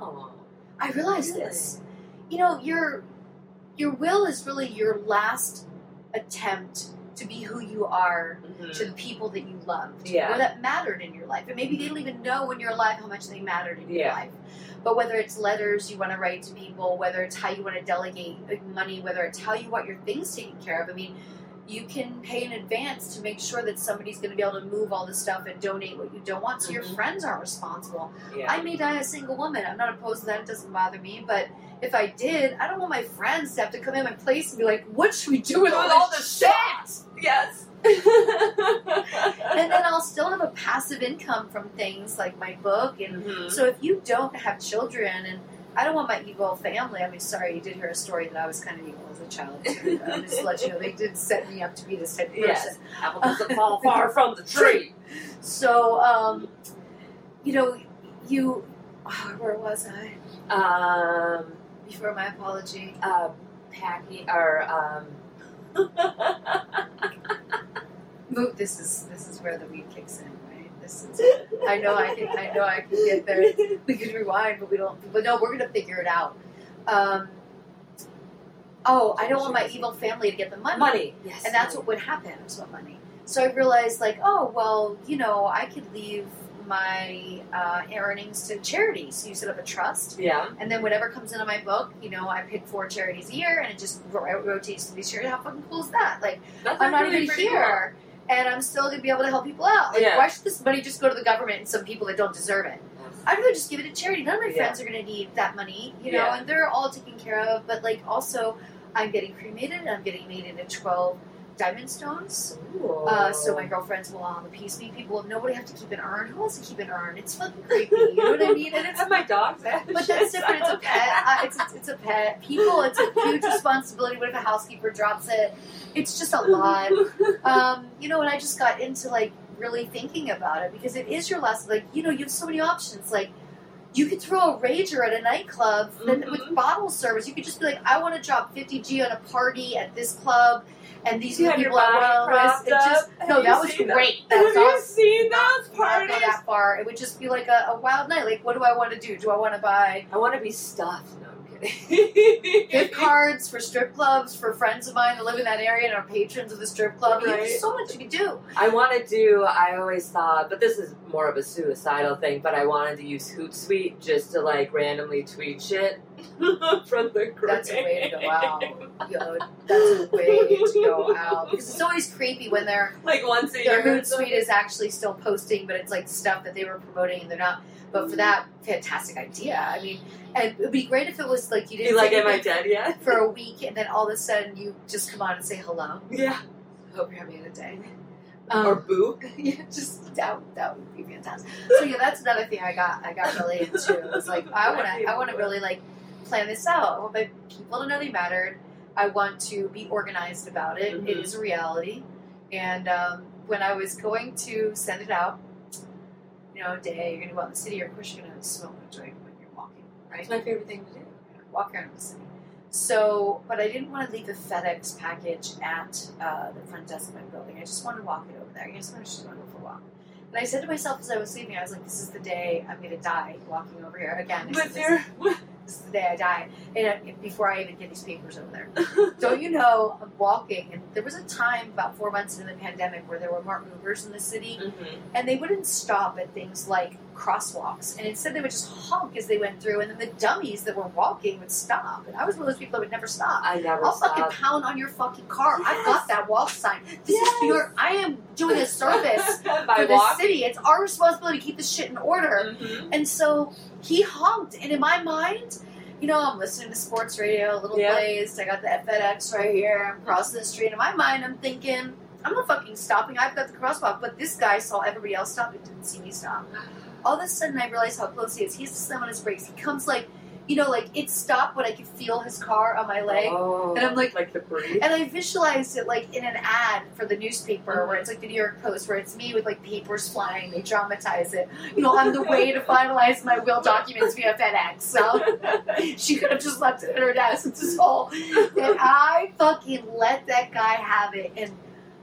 S2: Oh,
S1: I realized
S2: really?
S1: this. you know your your will is really your last attempt to be who you are
S2: Mhm.
S1: to the people that you loved
S2: Yeah.
S1: or that mattered in your life and maybe they don't even know when you're alive how much they mattered in your
S2: Yeah.
S1: life but whether it's letters you want to write to people whether it's how you want to delegate like, money whether it's how you want your things taken care of i mean you can pay in advance to make sure that somebody's going to be able to move all this stuff and donate what you don't want so your
S2: Mhm.
S1: friends aren't responsible
S2: Yeah.
S1: I may die a single woman. I'm not opposed to that. It doesn't bother me. But if I did, I don't want my friends to have to come in my place and be like, what should we do with,
S2: With
S1: all,
S2: all
S1: this
S2: the
S1: shit?
S2: yes. Mm-hmm.
S1: and then I'll still have a passive income from things like my book. And
S2: Mhm.
S1: so if you don't have children, and I don't want my evil family, I mean, sorry, you did hear a story that I was kind of evil as a child. too. I'm just to let you know, they did set me up to be this type of person.
S2: Yes. Apple doesn't fall far from the tree.
S1: So, um, you know, you, oh, where was I?
S2: Um,
S1: Before my apology.
S2: uh, packing or um.
S1: Move. This is this is where the weed kicks in, right? This is. I know I can. I know I can get there. We can rewind, but we don't. But no, we're gonna figure it out. Um, oh, I don't want my evil family to get the money,
S2: money. Yes.
S1: and that's what would happen. I just want money. So I realized, like, oh well, you know, I could leave my uh, earnings to charity. So you set up a trust,
S2: Yeah.
S1: and then whatever comes into my book, you know, I pick four charities a year, and it just ro- rotates to these charities. How fucking cool is that? Like.
S2: That's
S1: I'm not
S2: really
S1: even
S2: pretty
S1: here, and I'm still gonna be able to help people out. Like,
S2: Yeah.
S1: why should this money just go to the government and some people that don't deserve it?
S2: cool.
S1: I'd rather just give it to charity. None of my
S2: Yeah.
S1: friends are gonna need that money, you know,
S2: Yeah.
S1: and they're all taken care of. But like, also, I'm getting cremated, and I'm getting made into twelve diamond stones.
S2: Ooh.
S1: Uh, so
S2: Oh.
S1: my girlfriends will all have a piece of me. People, will- nobody have to keep an urn. Who wants to keep an urn? It's fucking creepy. You know what I mean? And it's
S2: and my dog's
S1: but that's different. It's a pet. Uh, it's, it's, it's a pet. People, it's a huge responsibility. What if a housekeeper drops it? It's just a lot. Um, you know, and I just got into like really thinking about it because it is your last. Like, you know, you have so many options. Like, you could throw a rager at a nightclub that- with
S2: Mhm.
S1: bottle service. You could just be like, I want to drop 50G on a party at this club, and these
S2: You
S1: are
S2: had
S1: the
S2: your
S1: people I
S2: body
S1: want to
S2: propped up.
S1: Just, no,
S2: Have
S1: that
S2: you
S1: was
S2: seen
S1: great.
S2: Have
S1: That's
S2: you
S1: awesome.
S2: seen those
S1: I'll
S2: parties?
S1: go that far. It would just be like a, a wild night. Like, what do I want to do? Do I want to buy
S2: I want to be stuffed. No, I'm kidding.
S1: gift cards for strip clubs for friends of mine that live in that area and are patrons of the strip club. You-
S2: Right.
S1: There's so much you can do.
S2: I want to do. I always thought, but this is more of a suicidal thing. But I wanted to use Hootsuite just to like randomly tweet shit from the grave.
S1: That's a way to go out. You know, that's a way to go out because it's always creepy when they're
S2: Like once a
S1: their
S2: year. or
S1: Hootsuite is actually still posting, but it's like stuff that they were promoting and they're not. But for that, fantastic idea. I mean, and it'd be great if it was like you
S2: something. Be
S1: didn't
S2: like,
S1: say
S2: am I
S1: anything
S2: dead yet?
S1: for a week, and then all of a sudden you just come on and say hello.
S2: Yeah.
S1: Hope you're having a good day.
S2: or
S1: Um,
S2: boo.
S1: yeah, just that that would be fantastic. So yeah, that's another thing I got I got really into. It was like I want to I want to really like plan this out. I want my people to know they mattered. I want to be organized about it. It
S2: Mhm.
S1: is a reality. And um, when I was going to send it out, you know, day you're gonna go out in the city, or of course you're gonna smoke a joint when you're walking, right?
S2: It's my favorite thing to do.
S1: walk around the city. So, but I didn't want to leave the FedEx package at uh, the front desk of my building. I just wanted to walk it over there. I just wanted to just wanted to go for a walk. And I said to myself as I was leaving, I was like, "This is the day I'm going to die walking over here again." I said, this,
S2: But there,
S1: this is the day I die, and uh, before I even get these papers over there. Don't you know I'm walking? And there was a time about four months into the pandemic where there were more Ubers in the city,
S2: Mhm.
S1: and they wouldn't stop at things like crosswalks and instead they would just honk as they went through and then the dummies that were walking would stop and i was one of those people that would never stop
S2: I never
S1: I'll
S2: stop.
S1: fucking pound on your fucking car. I've
S2: Yes.
S1: got that walk sign. This is
S2: Yes.
S1: New York. I am doing a service
S2: By
S1: for this
S2: walk.
S1: city. It's our responsibility to keep this shit in order.
S2: Mhm.
S1: And so he honked, and in my mind, you know, I'm listening to sports radio, a little
S2: Yeah.
S1: blazed. I got the FedEx right here. I'm crossing the street. In my mind, I'm thinking, I'm not fucking stopping. I've got the crosswalk, but this guy saw everybody else stop and didn't see me stop. All of a sudden, I realize how close he is. He has to slam on his brakes. He comes like, you know, like it stopped when I could feel his car on my leg.
S2: Oh,
S1: And I'm like-
S2: like the breeze.
S1: And I visualized it like in an ad for the newspaper where it's like the New York Post, where it's me with like papers flying. They dramatize it. You know, on the way to finalize my will documents via FedEx. So she could have just left it at her desk. It's this whole. And I fucking let that guy have it. And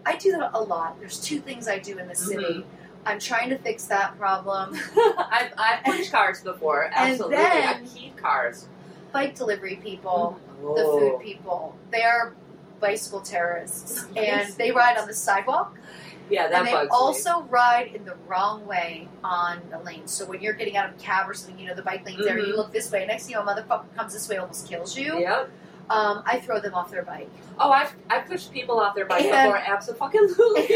S1: I do that a lot. There's two things I do in the city.
S2: Mhm.
S1: I'm trying to fix that problem.
S2: I've, I've pushed cars before,
S1: And
S2: absolutely.
S1: then-
S2: I've keyed cars.
S1: Bike delivery people. the
S2: Oh.
S1: food people. They are bicycle terrorists, and
S2: Yes.
S1: they ride on the sidewalk,
S2: Yeah, that
S1: and they
S2: bugs
S1: also ride in the wrong way on the lane. So when you're getting out of a cab or something, you know the bike lane's there. You
S2: Mhm.
S1: look this way, next thing you know, a motherfucker comes this way, almost kills
S2: me.
S1: you.
S2: Yep.
S1: Um, I throw them off their bike,
S2: Oh, I've, I've pushed people off their bike
S1: And-
S2: before, absolutely.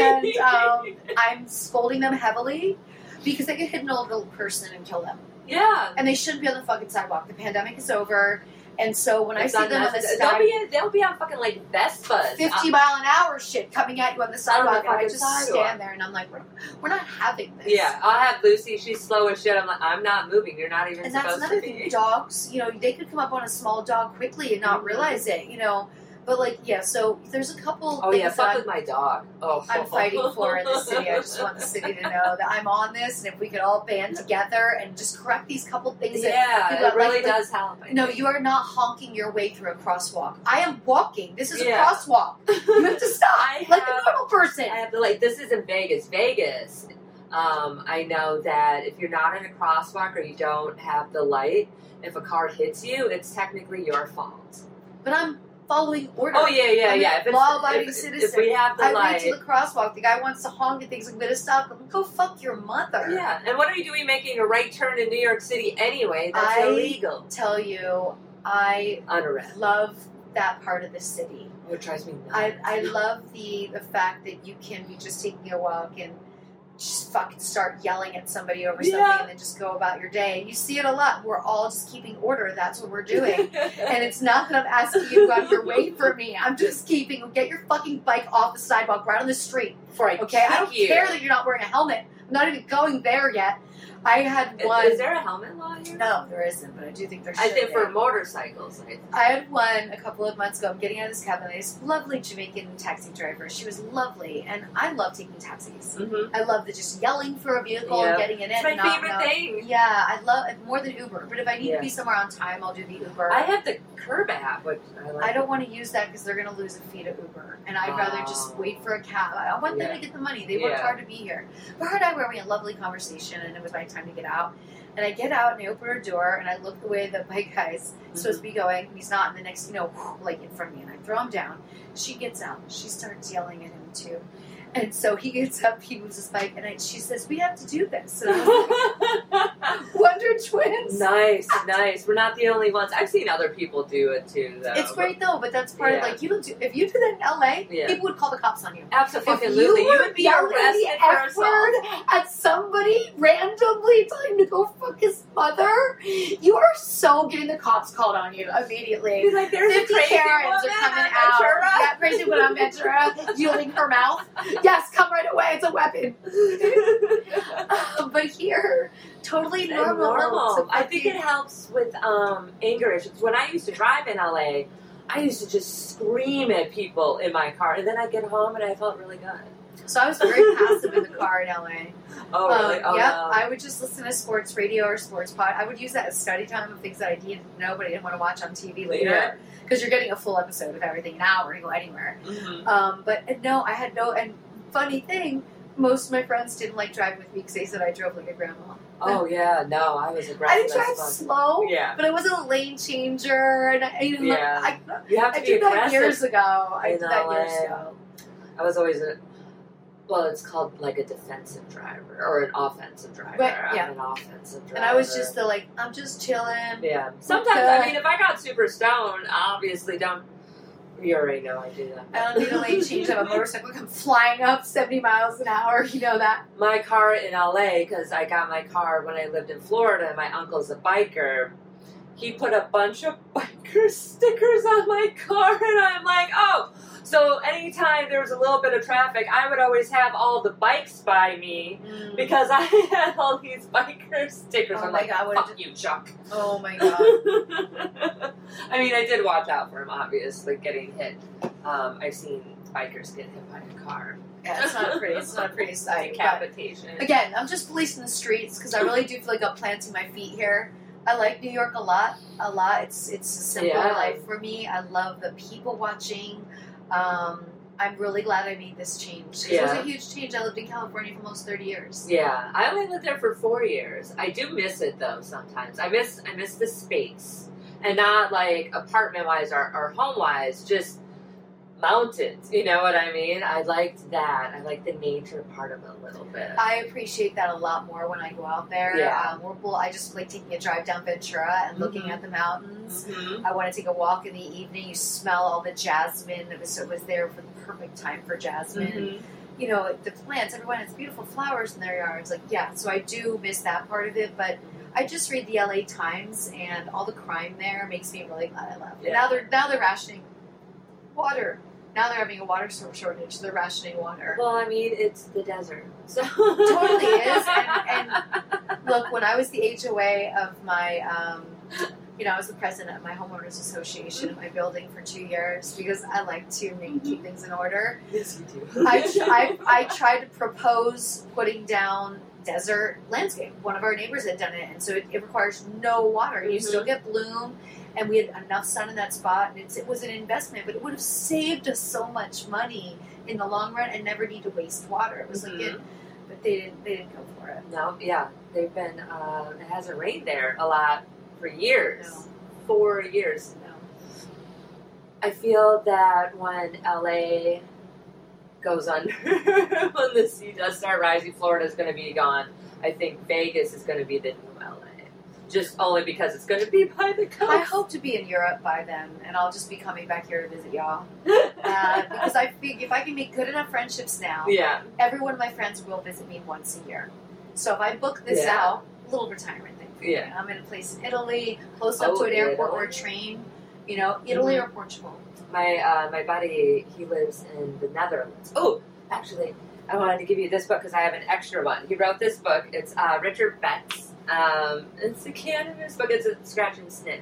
S1: and um, I'm scolding them heavily because they could hit an old little person and kill them,
S2: yeah.
S1: and they shouldn't be on the fucking sidewalk. The pandemic is over, and so when
S2: It's
S1: I see them on the
S2: unnecessary.
S1: sidewalk.
S2: they'll be, they'll be on fucking like Uh, Vespas.
S1: 50 mile an hour shit coming at you on the sidewalk, and I
S2: fucking
S1: just
S2: sidewalk.
S1: stand there and I'm like, we're, we're not having this.
S2: Yeah, I'll have Lucy. She's slow as shit. I'm like, I'm not moving. You're not even
S1: And that's
S2: supposed
S1: another
S2: to be.
S1: thing. Dogs, you know, they could come up on a small dog quickly and not
S2: Mhm.
S1: realize it, you know. But like, yeah, so there's a couple
S2: Oh
S1: things
S2: yeah,
S1: that
S2: fuck with my dog. Oh,
S1: I'm, I'm fighting for in the city. I just want the city to know that I'm on this, and if we could all band together and just correct these couple things that
S2: yeah,
S1: Like,
S2: it really
S1: like-
S2: does help. I
S1: No,
S2: think.
S1: you are not honking your way through a crosswalk. I am walking. This is
S2: Yeah.
S1: a crosswalk. You have to stop
S2: I
S1: like
S2: have-
S1: a normal person.
S2: I have to like this is in Vegas. Vegas. Um, I know that if you're not in a crosswalk or you don't have the light, if a car hits you, it's technically your fault.
S1: but I'm following orders.
S2: Oh yeah, yeah,
S1: I'm a
S2: yeah. If it's-
S1: law-abiding
S2: if- If
S1: citizen.
S2: we have the
S1: I went
S2: light,
S1: to the crosswalk. The guy wants to honk at things. I'm gonna stop him. Go fuck your mother.
S2: yeah. And what are you doing making a right turn in New York City anyway? That's
S1: I-
S2: illegal.
S1: Tell you, I
S2: On arrest.
S1: love that part of the city.
S2: It drives me nuts.
S1: I, I love the the fact that you can be just taking a walk and just fucking start yelling at somebody over
S2: Yeah.
S1: something and then just go about your day. And you see it a lot. We're all just keeping order. That's what we're doing. and it's not that I'm asking you to go out of your way for me. I'm just keeping get your fucking bike off the sidewalk, right on the street.
S2: before I
S1: Okay, I
S2: kick
S1: don't
S2: you.
S1: care that you're not wearing a helmet. I'm not even going there yet. I had
S2: Is-
S1: one.
S2: Is there a helmet law here?
S1: no, there isn't, but I do think there should.
S2: I think
S1: be.
S2: for motorcycles. I
S1: I had one a couple of months ago. I'm getting out of this cab, and this lovely Jamaican taxi driver. She was lovely, and I love taking taxis.
S2: mm-hmm.
S1: I love the just yelling for a vehicle
S2: Yeah.
S1: and getting it in.
S2: It's my
S1: and not
S2: favorite
S1: know-
S2: thing.
S1: Yeah, I love it more than Uber. But if I need
S2: Yeah.
S1: to be somewhere on time, I'll do the Uber.
S2: I have the curb app, which I like.
S1: I don't want to use that because they're going to lose a fee to Uber, and I'd rather just
S2: Oh.
S1: wait for a cab. I want them to get the money. They worked
S2: Yeah.
S1: hard to be here. But her and I were having a lovely conversation, and it was my time to get out. And I get out and I open her door and I look the way the bike guy's supposed to be going. He's not. And the next, you know, like in front of me, and I throw him down. She gets out. She starts yelling at him too. And so he gets up, he moves his bike, and I, she says, "We have to do this." And I was like, Wonder Twins.
S2: nice, nice. We're not the only ones. I've seen other people do it too, though.
S1: It's great though, but that's part
S2: Yeah.
S1: of like you don't do if you did that in LA,
S2: Yeah.
S1: people would call the cops on you.
S2: Absolutely.
S1: If
S2: You,
S1: you were
S2: would be
S1: yelling
S2: arrested
S1: the
S2: for
S1: F
S2: assault.
S1: word at somebody randomly telling him to go fuck his mother, you are so getting the cops called on you immediately.
S2: Be like, there's a
S1: Fifty
S2: crazy
S1: Karens
S2: woman
S1: are coming
S2: on
S1: out.
S2: Ventura.
S1: That crazy woman on Ventura yielding her mouth. Yes, come right away. It's a weapon. Uh, but here, totally
S2: And
S1: normal.
S2: normal.
S1: to
S2: I think it
S1: fucking-
S2: helps with um, anger issues. When I used to drive in LA, I used to just scream at people in my car, and then I get home and I felt really good.
S1: So I was very passive in the car in LA.
S2: Oh, really?
S1: Um,
S2: Oh,
S1: yep.
S2: no.
S1: I would just listen to sports radio or sports pod. I would use that as study time of things that I didn't know, but I didn't want to watch on TV later because you're getting a full episode of everything an hour. You go anywhere.
S2: Mhm.
S1: Um, but no, I had no. And funny thing, most of my friends didn't like driving with me because they said I drove like a grandma.
S2: Oh, yeah. No, I was aggressive.
S1: I didn't drive
S2: as fuck.
S1: slow,
S2: Yeah.
S1: but I wasn't a lane changer, and I, you know, like,
S2: Yeah.
S1: I,
S2: You have
S1: I
S2: to be
S1: did that
S2: aggressive.
S1: years ago. I
S2: in
S1: did that years
S2: LA.
S1: ago.
S2: I was always a. Well, it's called like a defensive driver or an offensive driver.
S1: Right, yeah.
S2: I'm an offensive driver.
S1: And I was just the like, I'm just chilling.
S2: Yeah. uh, Sometimes, I
S1: Okay.
S2: mean, if I got super stoned, obviously don't. You already know I do that.
S1: I don't need a lane change. I'm a motorcycle. I'm flying up 70 miles an hour. You know that.
S2: my car in LA because I got my car when I lived in Florida. My uncle's a biker. He put a bunch of biker stickers on my car, and I'm like, oh. So anytime there was a little bit of traffic, I would always have all the bikes by me because I had all these biker stickers.
S1: Oh
S2: I'm
S1: my
S2: like,
S1: God, what
S2: fuck you, Chuck.
S1: Oh my god.
S2: I mean, I did watch out for him, obviously, getting hit. Um, I've seen bikers get hit by a car.
S1: Yeah, it's not pretty. It's not a pretty sight. But
S2: Decapitation.
S1: again, I'm just policing the streets because I really do feel like I'm planting my feet here. I like New York a lot. A lot. It's it's a simple
S2: Yeah.
S1: life for me. I love the people watching. Um, I'm really glad I made this change. 'Cause It was
S2: Yeah.
S1: a huge change. I lived in California for almost 30 years.
S2: Yeah, I only lived there for four years. I do miss it though. Sometimes I miss I miss the space, and not like apartment wise or, or home wise, just mountains. You know what I mean? I liked that. I liked the nature part of it a little bit.
S1: I appreciate that a lot more when I go out there.
S2: Yeah.
S1: Um, we're, well, I just like taking a drive down Ventura and looking
S2: Mhm.
S1: at the mountains.
S2: Mhm.
S1: I want to take a walk in the evening. You smell all the jasmine. It was it was there for the perfect time for jasmine.
S2: Mm-hmm.
S1: You know the plants. Everyone has beautiful flowers in their yards. Like yeah, so I do miss that part of it. But I just read the LA Times, and all the crime there makes me really glad I left.
S2: Yeah.
S1: Now they're now they're rationing water. Now they're having a water sor- shortage. They're rationing water.
S2: Well, I mean, it's the desert, so
S1: totally is. And, and look, when I was the HOA of my, um, you know, I was the president of my homeowners association of my building for two years because I like to make, keep things in order.
S2: yes, you do.
S1: I, I, I tried to propose putting down desert landscape. One of our neighbors had done it, and so it, it requires no water. You
S2: Mhm.
S1: still get bloom. And we had enough sun in that spot, and it's, it was an investment, but it would have saved us so much money in the long run, and never need to waste water. It was like it, but they didn't. They didn't go for it.
S2: No, yeah, they've been. Uh, it hasn't rained there a lot for years.
S1: No.
S2: Four years
S1: No.
S2: I feel that when LA goes under, when the sea does start rising, Florida's going to be gone. I think Vegas is going to be the new LA. Just only because it's going to be by the
S1: I
S2: coast.
S1: hope to be in Europe by then, and I'll just be coming back here to visit y'all uh, because I think if I can make good enough friendships now,
S2: yeah.
S1: every one of my friends will visit me once a year. So if I book this
S2: Yeah.
S1: out, little retirement thing. for me.
S2: Yeah.
S1: I'm in a place in Italy, close up
S2: Oh, Mm-hmm.
S1: to an airport or a
S2: Italy.
S1: train. You know, Italy or Portugal.
S2: My uh, my buddy, he lives in the Netherlands. Oh, actually, I wanted to give you this book because I have an extra one. He wrote this book. It's uh, Richard Betts. Um, it's a cannabis book. It's a scratch and sniff.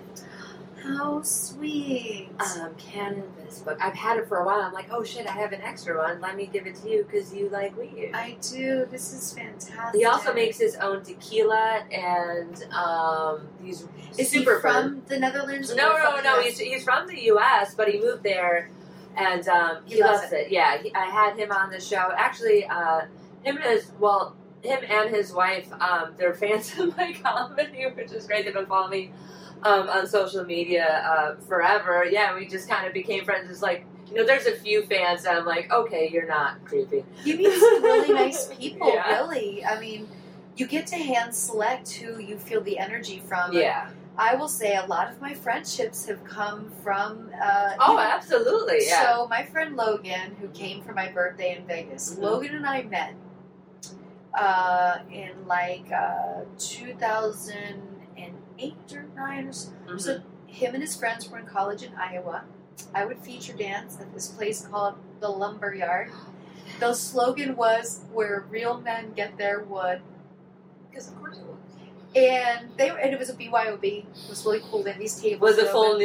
S1: How sweet!
S2: um, cannabis book. I've had it for a while. I'm like, oh shit, I have an extra one. Let me give it to you because you like weed.
S1: I do. This is fantastic.
S2: He also makes his own tequila and um, these
S1: Is
S2: super
S1: he from the Netherlands?
S2: No,
S1: or
S2: no,
S1: from
S2: no.
S1: the-
S2: He's, he's from the U.S., but he moved there, and um, he,
S1: He loves
S2: loves it. Yeah, he, I had him on the show. Actually, uh, him and his well, him and his wife, um, they're fans of my comedy, which is great. They've been following me um, on social media uh, forever. Yeah, we just kind of became friends. It's like, you know, there's a few fans that I'm like, okay, you're not creepy.
S1: You meet some really nice people,
S2: Yeah.
S1: really. I mean, you get to hand select who you feel the energy from.
S2: Yeah.
S1: I will say a lot of my friendships have come from. Uh,
S2: Oh,
S1: even-
S2: absolutely. Yeah.
S1: So my friend Logan, who came for my birthday in Vegas,
S2: Mhm.
S1: Logan and I met uh, in like uh, 2008 or 9 or so.
S2: Mm-hmm.
S1: So him and his friends were in college in Iowa. I would feature dance at this place called the Lumber Yard. The slogan was "Where real men get their wood,"
S2: Because of course it was.
S1: and they were, and it was a BYOB. It was really cool. They had these tables.
S2: Was
S1: that
S2: it full
S1: opened.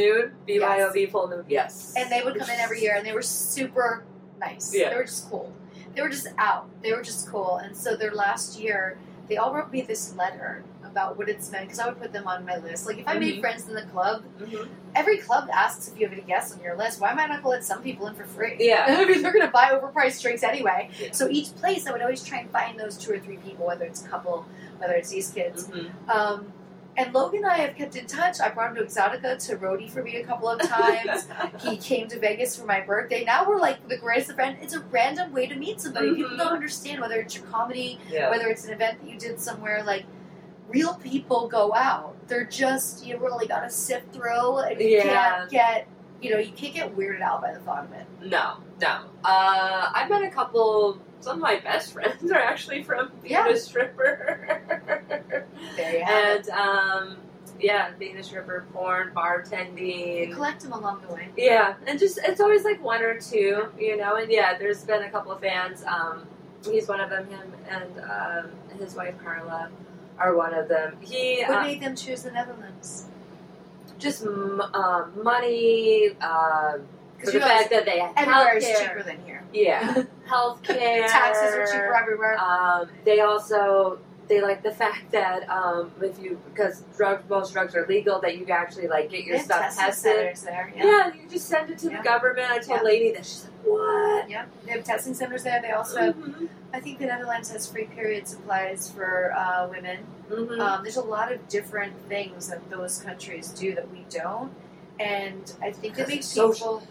S2: nude? BYOB full nude? Yes.
S1: And they would come in every year, and they were super nice.
S2: Yeah.
S1: They were just cool. They were just out. They were just cool. And so their last year, they all wrote me this letter about what it's meant because I would put them on my list. Like if I made
S2: Mhm.
S1: friends in the club,
S2: Mhm.
S1: every club asks if you have any guests on your list. Why am I not going to let some people in for free?
S2: Yeah.
S1: I mean, they're going to buy overpriced drinks anyway.
S2: Yeah.
S1: So each place, I would always try and find those two or three people, whether it's a couple, whether it's these kids.
S2: Mhm.
S1: Um, and Logan and I have kept in touch. I brought him to Exotica to roadie for me a couple of times. he came to Vegas for my birthday. Now we're like the greatest friend. It's a random way to meet somebody. People
S2: Mhm.
S1: don't understand whether it's your comedy,
S2: yeah.
S1: whether it's an event that you did somewhere. Like real people go out. They're just you really got to sift through, and you
S2: Yeah.
S1: can't get you know you can't get weirded out by the thought of it.
S2: No, no. Uh, I've met a couple. Some of my best friends are actually from being
S1: Yeah.
S2: a stripper,
S1: There you have
S2: and um, yeah, being a stripper, porn,
S1: it. You
S2: bartending.
S1: collect them along the way.
S2: Yeah, and just it's always like one or two, you know. And yeah, there's been a couple of fans. Um, he's one of them. Him and um, his wife Carla are one of them. He
S1: What
S2: uh,
S1: made them choose the Netherlands?
S2: just m- um, money. Uh, for
S1: Because
S2: the
S1: you know
S2: fact that they have
S1: everywhere is
S2: healthcare.
S1: cheaper than here.
S2: Yeah, healthcare.
S1: Taxes are cheaper everywhere.
S2: Um, they also they like the fact that um, if you because drugs most drugs are legal that you can actually like get your
S1: They have
S2: stuff
S1: testing
S2: tested.
S1: centers there.
S2: Yeah. you just send it to
S1: Yeah.
S2: the government. I
S1: Yeah.
S2: told lady that she's like, what?
S1: Yeah, they have testing centers there. They also have,
S2: Mhm.
S1: I think the Netherlands has free period supplies for uh, women.
S2: Mhm.
S1: Um, there's a lot of different things that those countries do that we don't, and I think it
S2: Because
S1: makes
S2: it's
S1: people.
S2: social.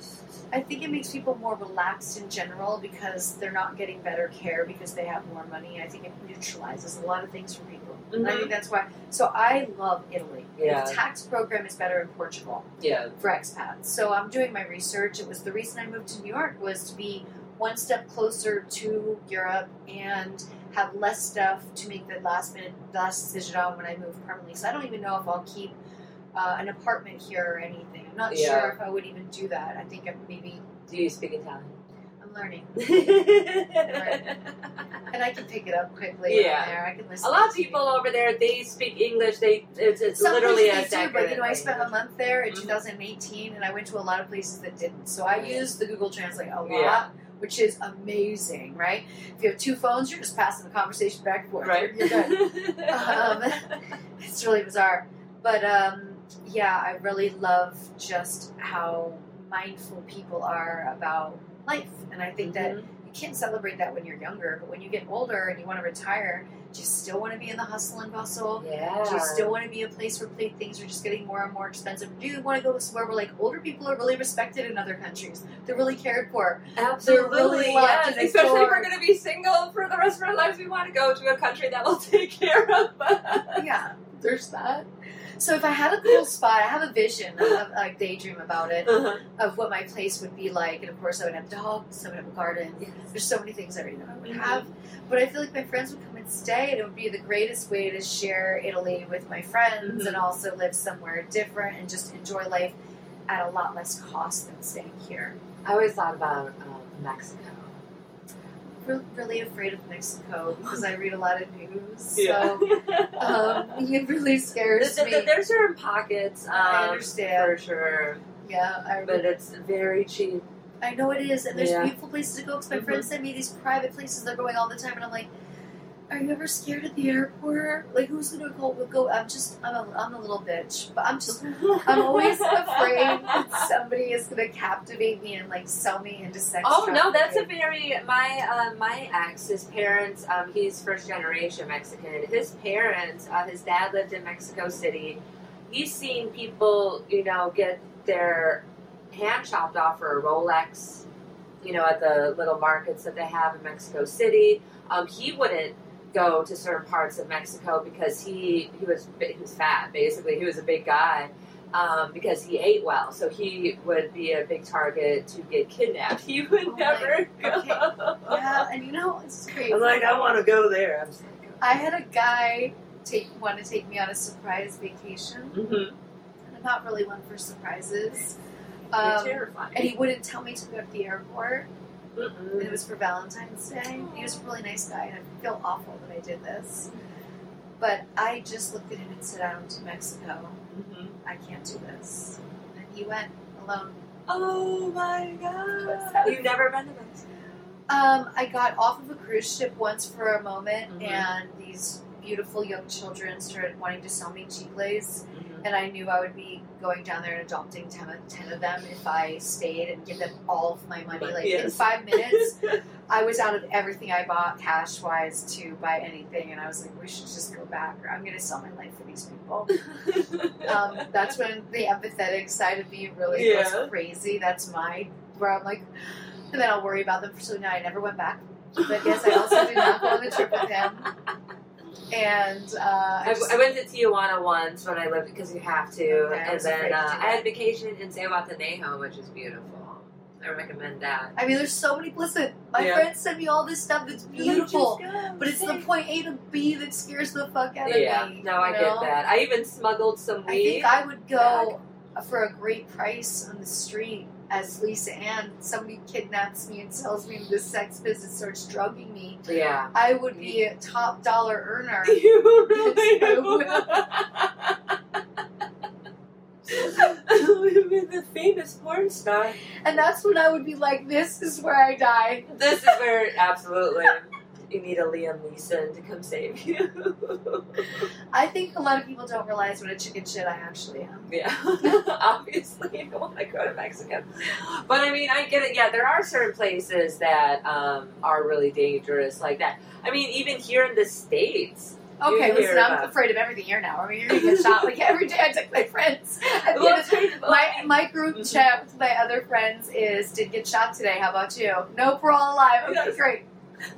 S1: I think it makes people more relaxed in general because they're not getting better care because they have more money. I think it neutralizes a lot of things for people. And I
S2: Mhm.
S1: think that's why. So I love Italy.
S2: Yeah.
S1: The tax program is better in Portugal
S2: Yeah,
S1: for expats. So I'm doing my research. It was the reason I moved to New York was to be one step closer to Europe and have less stuff to make the last minute the last decision on when I move permanently. So I don't even know if I'll keep uh, an apartment here or anything. I'm not
S2: Yeah.
S1: sure if I would even do that. I think I'm maybe
S2: do you speak Italian?
S1: I'm learning
S2: a
S1: and I can pick it up quickly. when I'm
S2: Yeah.
S1: there. I can listen.
S2: lot of
S1: to
S2: people over there they speak English. They it's, it's
S1: Some
S2: literally a
S1: places they do, but you know, I
S2: second
S1: spent a month there in
S2: Mhm.
S1: 2018, and I went to a lot of places that didn't. So I
S2: Yeah.
S1: used the Google Translate a lot,
S2: Yeah.
S1: which is amazing, right? If you have two phones, you're just passing the conversation back and forth.
S2: right.
S1: You're good. Um, it's really bizarre, but um, yeah, I really love just how mindful people are about life, and I think that
S2: Mm-hmm.
S1: you can't celebrate that when you're younger, but when you get older and you want to retire, do you still want to be in the hustle and bustle?
S2: Mm-hmm. yeah.
S1: Do you still want to be a place where play things are just getting more and more expensive? Do you want to go somewhere where like older people are really respected in other countries? They're really cared for.
S2: Absolutely,
S1: Absolutely,
S2: yes.
S1: yes.
S2: Especially if
S1: Or-
S2: we're going to be single for the rest of our lives, we want to go to a country that will take care of us.
S1: Yeah, there's that. So if I had a cool spot, I have a vision, I have like daydream about it
S2: Uh-huh.
S1: of what my place would be like, and of course I would have dogs, I would have a garden. There's so many things I already know I would
S2: Mhm.
S1: have, but I feel like my friends would come and stay, and it would be the greatest way to share Italy with my friends
S2: Mhm.
S1: and also live somewhere different and just enjoy life at a lot less cost than staying here.
S2: I always thought about um, Mexico.
S1: re- really afraid of Mexico because I read a lot of news.
S2: So,
S1: So
S2: Uh,
S1: um, it really
S2: there's,
S1: scares me.
S2: there's certain pockets, um,
S1: I understand.
S2: for sure,
S1: Yeah, I,
S2: but
S1: re-
S2: it's very cheap.
S1: I know it is, and there's
S2: Yeah. Mm-hmm.
S1: beautiful places to go because my friends send me these private places they're going all the time, and I'm like, are you ever scared at the airport? Like, who's gonna go? Go? I'm just, I'm a, I'm a little bitch, but I'm just, I'm always afraid that somebody is gonna captivate me and like sell me into sex.
S2: Oh no, that's a
S1: trafficking.
S2: very my uh, my ex. His parents, um, he's first generation Mexican. His parents, uh, his dad lived in Mexico City. He's seen people, you know, get their hand chopped off for a Rolex, you know, at the little markets that they have in Mexico City. Um, he wouldn't go to certain parts of Mexico because he he was bi- he was fat. Basically, he was a big guy. Um, because he ate well, so he would be a big target to get kidnapped. He would
S1: Oh my-
S2: never go.
S1: yeah, and you know, it's crazy.
S2: I'm like, I want to go there. I'm just like,
S1: I had a guy take want to take me on a surprise vacation,
S2: mm-hmm.
S1: and I'm not really one for surprises.
S2: are
S1: Um,
S2: terrifying.
S1: and he wouldn't tell me to go to the airport. and it
S2: Mm-mm.
S1: was for Valentine's Day. He was a really nice guy, and I feel awful that I did this. But I just looked at him and said, I don't do Mexico.
S2: Mhm.
S1: I can't do this. And he went alone.
S2: Oh my god! You've never been to Mexico.
S1: Um, I got off of a cruise ship once for a moment,
S2: Mhm.
S1: and these beautiful young children started wanting to sell me chicles. And I knew I would be going down there and adopting 10 of, 10 of them if I stayed and give them all of my money. Like in
S2: Yes.
S1: five minutes, I was out of everything I bought cash wise to buy anything, and I was like, we should just go back, or I'm going to sell my life for these people. Um, that's when the empathetic side of me really
S2: Yeah.
S1: goes crazy. That's my where I'm like, and then I'll worry about them. So now I never went back. But yes, I also did not go on the trip with him. And uh, I
S2: I,
S1: just-
S2: I went to Tijuana once when I lived because you have to,
S1: Okay, I
S2: and
S1: was afraid
S2: then
S1: to
S2: uh,
S1: do
S2: I had vacation in Sahuatanejo, which is beautiful. I recommend that.
S1: I mean, there's so many. Listen, my
S2: Yeah.
S1: friends send me all this stuff that's beautiful, but it's the point A to B that scares the fuck out of
S2: yeah.
S1: me.
S2: No, I
S1: you
S2: get
S1: know?
S2: that. I even smuggled some
S1: I
S2: weed.
S1: think I would go for a great price on the street as Lisa Ann. Somebody kidnaps me and sells me to the sex business, starts drugging me.
S2: yeah.
S1: I would be a top dollar earner.
S2: You
S1: Yes, I
S2: You've been the famous porn star.
S1: And that's when I would be like, this is where I die.
S2: This is where absolutely you need a Liam Neeson to come save you.
S1: I think a lot of people don't realize what a chicken shit I actually am.
S2: Yeah, obviously, you don't want to go to Mexico. But I mean, I get it. Yeah, there are certain places that um, are really dangerous like that. I mean, even here in the States. You
S1: Okay,
S2: hear
S1: listen, I'm
S2: about-
S1: afraid of everything here now. I mean, you're going to get shot like every day I took my friends. And
S2: Well,
S1: then my, my group
S2: Mhm.
S1: chat with my other friends is, did get shot today. How about you? Nope, we're all alive. Okay,
S2: Yes.
S1: great.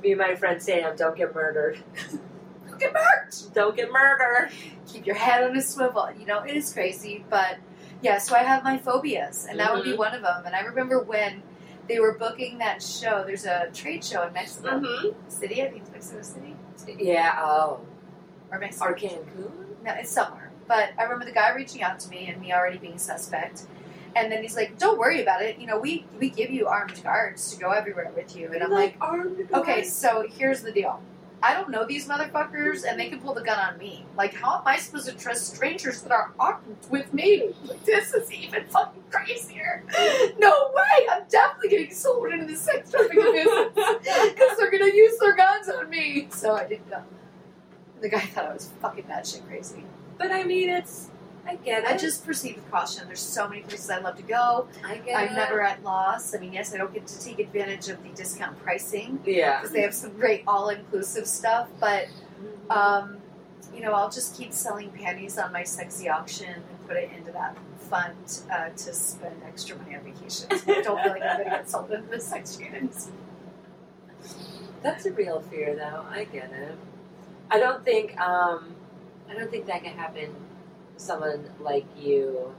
S2: me and my friend Sam, don't get murdered.
S1: Don't get hurt.
S2: Don't get murdered.
S1: keep your head on a swivel. You know, it is crazy, but yeah, so I have my phobias, and that would be
S2: Mhm.
S1: one of them. And I remember when they were booking that show, there's a trade show in Mexico
S2: Mm-hmm.
S1: City, I think it's Mexico City,
S2: Yeah. Oh,
S1: or Mexico.
S2: or Cancun.
S1: No, it's somewhere. But I remember the guy reaching out to me and me already being suspect. And then he's like, don't worry about it. You know, we, we give you armed guards to go everywhere with you. And I'm like,
S2: armed.
S1: okay, so here's the deal. I don't know these motherfuckers, and they can pull the gun on me. Like, how am I supposed to trust strangers that are armed with me? Like, this is even fucking crazier. No way! I'm definitely getting sold into the sex trafficking business because they're gonna use their guns on me. So I didn't go. The guy thought I was fucking batshit crazy.
S2: but I mean, it's. I get it.
S1: I just proceed with caution. There's so many places I love to go.
S2: I get
S1: I'm
S2: it.
S1: never at loss. I mean, yes, I don't get to take advantage of the discount pricing
S2: Yeah.
S1: because they have some great all-inclusive stuff. But um, you know, I'll just keep selling panties on my sexy auction and put it into that fund uh, to spend extra money on vacations. I don't feel like I'm going to get sold into the sex trade industry.
S2: That's a real fear, though. I get it. I don't think um, I don't think that can happen. To someone like you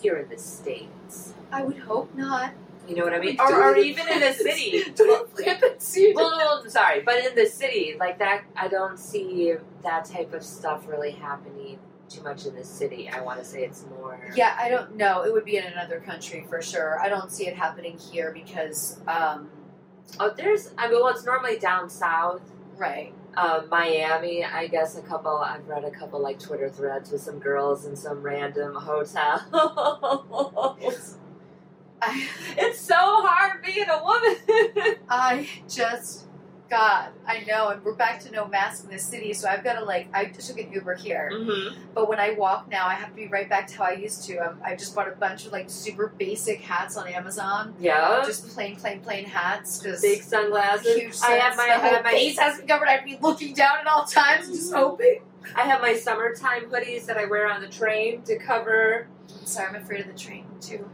S2: here in the states.
S1: I would hope not.
S2: You know what I mean?
S1: Like,
S2: Or, or
S1: don't
S2: even in a city.
S1: Don't plant that seed.
S2: Well, no, I'm sorry, but in the city, like that, I don't see that type of stuff really happening too much in the city. I want to say it's more.
S1: Yeah, I don't know. It would be in another country for sure. I don't see it happening here because, um,
S2: Oh, there's. I mean, well, it's normally down south.
S1: right.
S2: um, Miami, I guess a couple. I've read a couple like Twitter threads with some girls in some random hotel.
S1: I,
S2: it's so hard being a woman.
S1: I just God, I know. And we're back to no mask in the city, so I've got to like, I took an Uber here.
S2: Mm-hmm.
S1: But when I walk now, I have to be right back to how I used to. I'm, I just bought a bunch of like super basic hats on Amazon,
S2: Yeah.
S1: just plain, plain, plain hats. Because
S2: big sunglasses.
S1: huge.
S2: I have
S1: sets.
S2: my
S1: the
S2: I
S1: whole
S2: have my Mm-hmm.
S1: face has been covered. I'd be looking down at all times, just hoping.
S2: I have my summertime hoodies that I wear on the train to cover.
S1: I'm sorry, I'm afraid of the train too.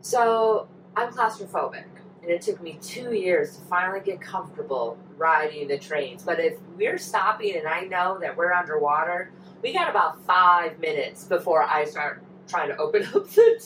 S2: So I'm claustrophobic, and it took me two years to finally get comfortable riding the trains. But if we're stopping and I know that we're underwater, we got about five minutes before I start trying to open up the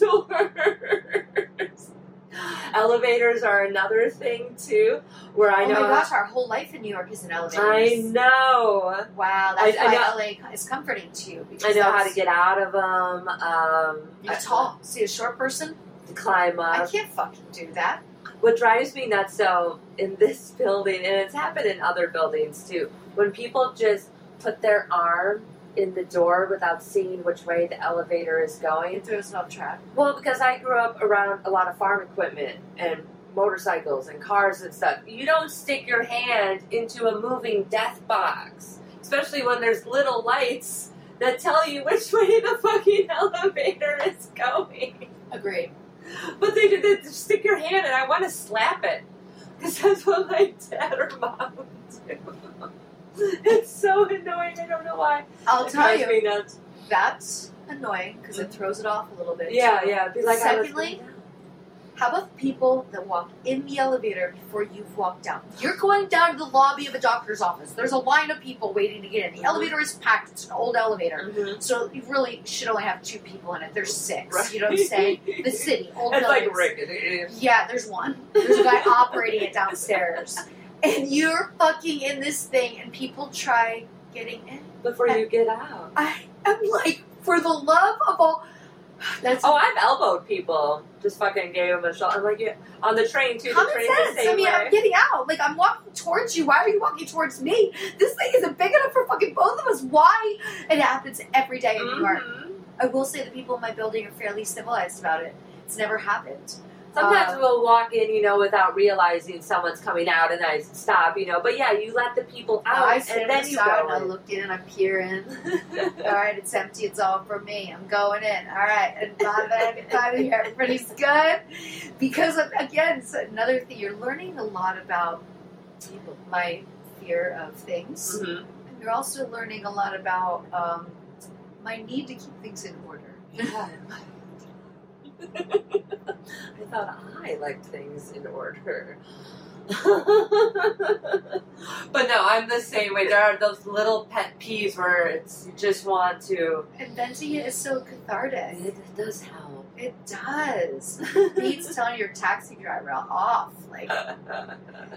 S2: doors. Elevators are another thing too, where I
S1: oh
S2: know
S1: my gosh, our whole life in New York is an elevator.
S2: I know.
S1: Wow, that's
S2: I- I
S1: why LA is comforting to you. Because
S2: I know how
S1: that's-
S2: to get out of them. Um,
S1: You
S2: I-
S1: tall. See a short person?
S2: to climb
S1: I
S2: up.
S1: can't fucking do that.
S2: What drives me nuts, though, in this building, and it's happened in other buildings too, when people just put their arm in the door without seeing which way the elevator is going.
S1: It throws it off track.
S2: Well, because I grew up around a lot of farm equipment and motorcycles and cars and stuff. You don't stick your hand into a moving death box, especially when there's little lights that tell you which way the fucking elevator is going.
S1: Agreed.
S2: But they did they just stick your hand and I want to slap it. Because that's what my dad or mom would do. It's so annoying. I don't know why.
S1: I'll
S2: It
S1: tell
S2: drives
S1: you,
S2: me nuts.
S1: that's annoying because it throws it off a little bit.
S2: Yeah, yeah. Be like, I was-
S1: Secondly, How about people that walk in the elevator before you've walked out? You're going down to the lobby of a doctor's office. There's a line of people waiting to get in. The
S2: Mhm.
S1: elevator is packed. It's an old elevator.
S2: Mhm.
S1: So you really should only have two people in it. There's six. You know what I'm saying? The city, old
S2: It's like
S1: buildings.
S2: rickety.
S1: Yeah, there's one. There's a guy operating it downstairs. And you're fucking in this thing, and people try getting in.
S2: before you get out.
S1: I am like, for the love of all. That's
S2: Oh, I've elbowed people. Just fucking gave them a shot. I'm like, yeah, on the train too. the
S1: common
S2: train
S1: sense.
S2: the same
S1: I mean,
S2: way.
S1: I'm getting out. Like, I'm walking towards you. Why are you walking towards me? This thing isn't big enough for fucking both of us. Why? It happens every day in New York.
S2: Mhm.
S1: I will say the people in my building are fairly civilized about it. It's never happened.
S2: Sometimes
S1: Uh,
S2: we'll walk in, you know, without realizing someone's coming out, and I stop, you know. But yeah, you let the people out,
S1: Oh, I stand
S2: Oh, and then you
S1: aside and I
S2: go.
S1: look in and I peer in.
S2: in.
S1: All right, it's empty. It's all for me. I'm going in. All right, and five out of- five of here. Everybody's good. Because of, again, it's another thing. You're learning a lot about my fear of things.
S2: Mhm.
S1: And you're also learning a lot about um, my need to keep things in order.
S2: Yeah. I thought I liked things in order. but no, I'm the same way. There are those little pet peeves where it's you just want to.
S1: Inventing it is so cathartic.
S2: It does help.
S1: It does. Beats telling your taxi driver off. Like,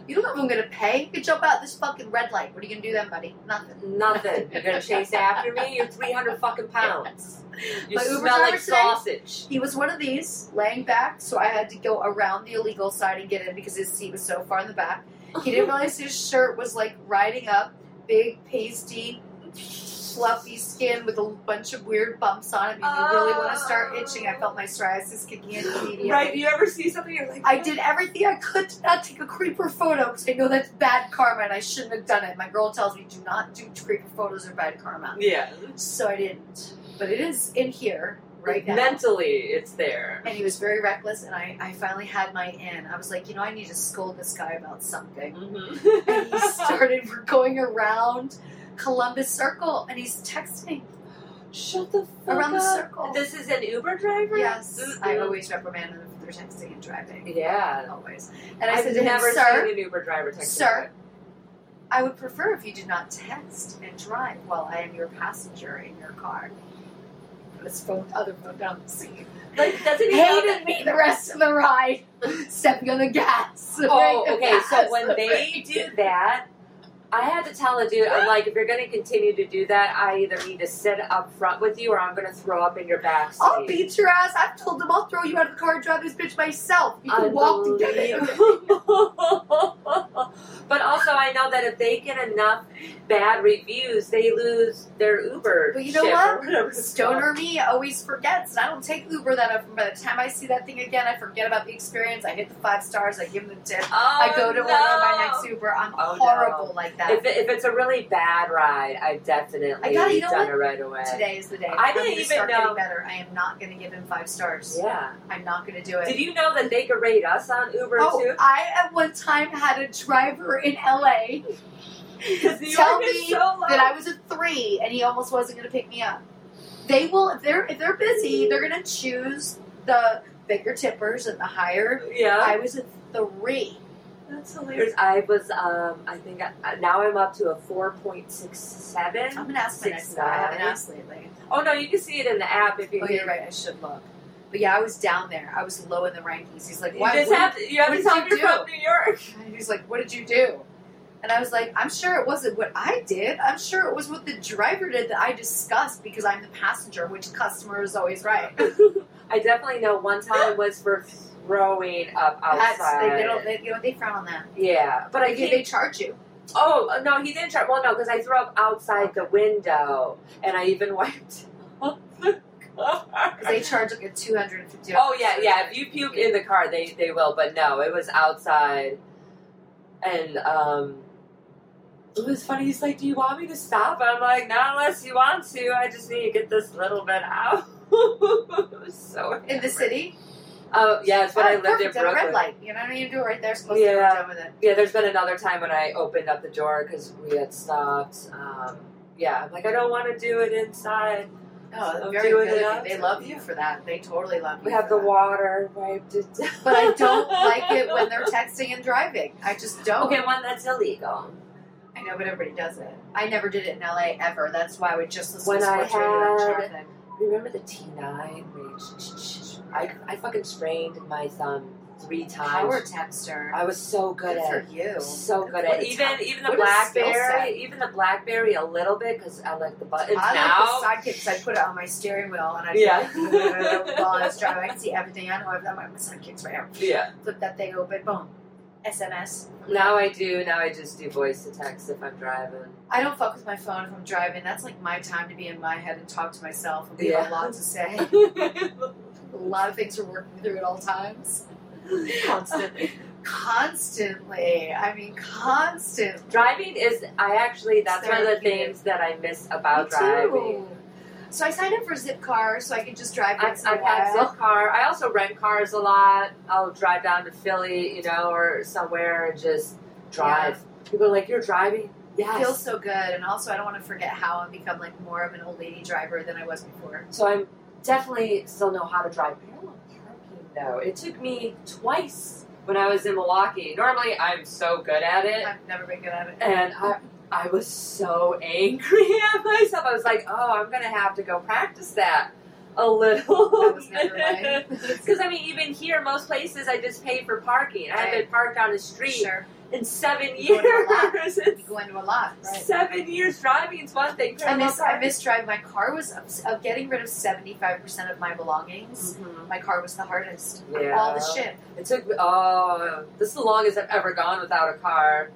S1: you don't know if I'm going to pay. You can jump out this fucking red light. What are you going to do then, buddy? Nothing.
S2: Nothing. You're gonna chase after me. You're 300 fucking pounds. You
S1: My Uber
S2: smell
S1: driver
S2: like
S1: today-
S2: sausage.
S1: He was one of these, laying back, so I had to go around the illegal side and get in because his seat was so far in the back. He didn't realize his shirt was like riding up, big, pasty, fluffy skin with a bunch of weird bumps on it. Made me really want to start itching. I felt my psoriasis kicking in immediately.
S2: Right? Do you ever see something? You're like,
S1: I did everything I could to not take a creeper photo because I know that's bad karma and I shouldn't have done it. My girl tells me, do not do creeper photos or bad karma.
S2: Yeah.
S1: So I didn't. But it is in here right now.
S2: Mentally, it's there.
S1: and he was very reckless and I, I finally had my in i was like you know i need to scold this guy about something and he started we're going around columbus circle and he's texting
S2: Shut the fuck
S1: around the
S2: up.
S1: circle
S2: This is an Uber driver?
S1: yes
S2: Mm-mm.
S1: i always reprimand them if they're texting and driving
S2: Yeah.
S1: always and i
S2: I've
S1: said to him
S2: never
S1: sir
S2: seen an Uber driver text.
S1: Sir. i would prefer if you did not text and drive while i am your passenger in your car Put his phone other phone down the seat
S2: Like, doesn't he know that-
S1: hated me the rest of the ride stepping on the gas
S2: Oh,
S1: Brake the
S2: okay. So
S1: gas.
S2: when they do that, I had to tell a dude, I'm like, if you're going to continue to do that, I either need to sit up front with you or I'm going to throw up in your back seat.
S1: I'll beat your ass. I've told them I'll throw you out of the car and drive this bitch myself. You can walk to get it.
S2: Unbelievable. but also, I know that if they get enough bad reviews, they lose their Uber.
S1: But you know
S2: ship
S1: what?
S2: or whatever it's
S1: Stoner me always forgets, and I don't take Uber that often. By the time I see that thing again, I forget about the experience. I hit the five stars. I give them the tip.
S2: called. Oh,
S1: I go to
S2: no.
S1: order my next Uber. I'm
S2: Oh, no.
S1: horrible like that.
S2: If, it, if it's a really bad ride, I definitely
S1: I gotta- you know
S2: done
S1: what?
S2: it right away.
S1: Today is the day.
S2: I
S1: I'm gonna
S2: didn't even
S1: start
S2: know-
S1: getting better. I am not going to give him five stars.
S2: Yeah.
S1: I'm not going to do it.
S2: Did you know that they could rate us on Uber
S1: oh,
S2: too?
S1: I at one time had a driver in LA
S2: Because New
S1: tell
S2: York is
S1: me
S2: so low.
S1: that I was a three, and he almost wasn't going to pick me up. They will if they're if they're busy, they're going to choose the bigger tippers and the higher.
S2: yeah.
S1: I was a three.
S2: That's hilarious. I was, um, I think I, now I'm up to a
S1: I'm
S2: 4.67.
S1: gonna ask my next
S2: Six
S1: guy. I haven't
S2: nine.
S1: asked lately.
S2: Oh no, you can see it in the app if you.
S1: Oh, you're right. I should look. But yeah, I was down there. I was low in the rankings. He's like,
S2: You
S1: why?
S2: just
S1: what
S2: have to, you have
S1: what
S2: to
S1: did
S2: tell
S1: you
S2: him you're from New York.
S1: did- He's like, what did you do? And I was like, I'm sure it wasn't what I did. I'm sure it was what the driver did that I discussed because I'm the passenger, which customer is always right.
S2: I definitely know one time was for throwing up
S1: That's,
S2: outside.
S1: they, they don't. They, you know, they frown on that.
S2: yeah, but I
S1: they,
S2: think
S1: they charge you.
S2: Oh no, he didn't try. Well, no, because I threw up outside the window, and I even wiped off the car.
S1: 'Cause they charge like a two hundred and fifty.
S2: Oh yeah, yeah. If you puke in the car, they they will. But no, it was outside, and um, it was funny. He's like, "Do you want me to stop?" I'm like, "Not unless you want to. I just need to get this little bit out." It was so
S1: in the
S2: awkward.
S1: city.
S2: Oh yeah, it's when
S1: oh,
S2: I lived in
S1: perfect, at a
S2: Brooklyn.
S1: red light. You know what I mean? Do it right there. Supposed to be
S2: Yeah.
S1: done with it.
S2: Yeah, there's been another time when I opened up the door because we had stopped. Um, yeah, I'm like, I don't want to do it inside.
S1: Oh,
S2: So
S1: very
S2: do it
S1: good. of
S2: up.
S1: you. They love you for that. They totally love you.
S2: We have
S1: for
S2: the
S1: that.
S2: water wiped it down.
S1: But I don't like it when they're texting and driving. I just don't.
S2: Okay, one that's illegal.
S1: I know, but everybody does it. I never did it in LA ever. That's why I would just listen
S2: When
S1: to
S2: I
S1: sports radio in
S2: had-
S1: traffic.
S2: Remember the T9 rage? I, I fucking sprained my thumb three
S1: Power
S2: times.
S1: texter.
S2: I was so good
S1: Good
S2: at
S1: for
S2: it.
S1: you.
S2: So good
S1: What
S2: at
S1: a
S2: it. Even
S1: talent.
S2: even the
S1: What a skill set.
S2: BlackBerry, even the BlackBerry a little bit because I like the buttons
S1: I
S2: now.
S1: like the sidekicks. I put it on my steering wheel and I
S2: Yeah.
S1: while I was driving. I can see everything. I know I've got my my sidekicks right now.
S2: yeah.
S1: Flip that thing open. Boom. SMS.
S2: Now I do. Now I just do voice to text if I'm driving.
S1: I don't fuck with my phone if I'm driving. That's like my time to be in my head and talk to myself and we have a
S2: Yeah.
S1: lot to say. A lot of things are working through at all times. Constantly. Constantly. I mean, constant.
S2: Driving is, I actually, that's one of the
S1: Therapeutic.
S2: things that I miss
S1: Me
S2: about
S1: too.
S2: driving.
S1: So I signed up for Zipcar so I can just drive
S2: I,
S1: once in
S2: I
S1: a while.
S2: have zip car. I also rent cars a lot. I'll drive down to Philly, you know, or somewhere and just drive. People are like, you're driving? Yes.
S1: It feels so good, and also I don't want to forget how and become like more of an old lady driver than I was before.
S2: so I'm definitely still know how to drive parallel parking, though. It took me twice when I was in Milwaukee. Normally, I'm so good at it.
S1: I've never been good at it.
S2: and I, I was so angry at myself. I was like, oh, I'm gonna have to go practice that a little.
S1: That was never my-
S2: Because I mean, even here, most places I just pay for parking. I haven't parked on the street
S1: sure,
S2: in seven
S1: You go to a lot.
S2: years.
S1: you go into a lot, right?
S2: Seven years driving is one thing.
S1: I miss I miss driving. My car was obs- of getting rid of seventy five percent of my belongings.
S2: Mhm.
S1: My car was the hardest.
S2: Yeah.
S1: All the shit.
S2: It took me. Oh, this is the longest I've ever gone without a car.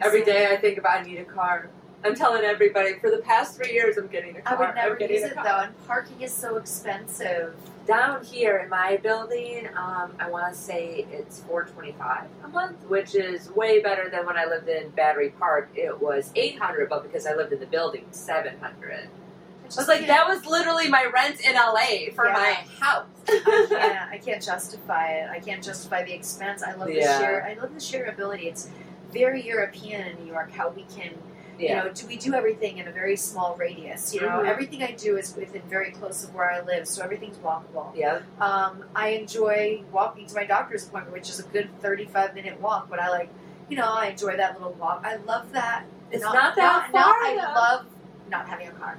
S2: Every day I think about I need a car. I'm telling everybody for the past three years I'm getting a
S1: I
S2: car.
S1: would never
S2: I'm getting
S1: use
S2: a
S1: it
S2: car.
S1: though, and parking is so expensive.
S2: down here in my building, um, I want to say it's four twenty-five a month, which is way better than when I lived in Battery Park. It was eight hundred, but because I lived in the building, seven hundred. I was like, that was literally my rent in LA for
S1: Yeah.
S2: my house.
S1: I can't, I can't justify it. I can't justify the expense. I love the
S2: Yeah.
S1: sheer. I love the sheer ability. It's very European in New York how we can
S2: yeah,
S1: you know do we do everything in a very small radius you know
S2: Mhm.
S1: everything i do is within very close of where i live so everything's walkable
S2: yeah.
S1: um, i enjoy walking to my doctor's appointment which is a good 35 minute walk but i like you know i enjoy that little walk i love that
S2: It's
S1: not,
S2: not, that
S1: now, now
S2: far.
S1: i love not having a car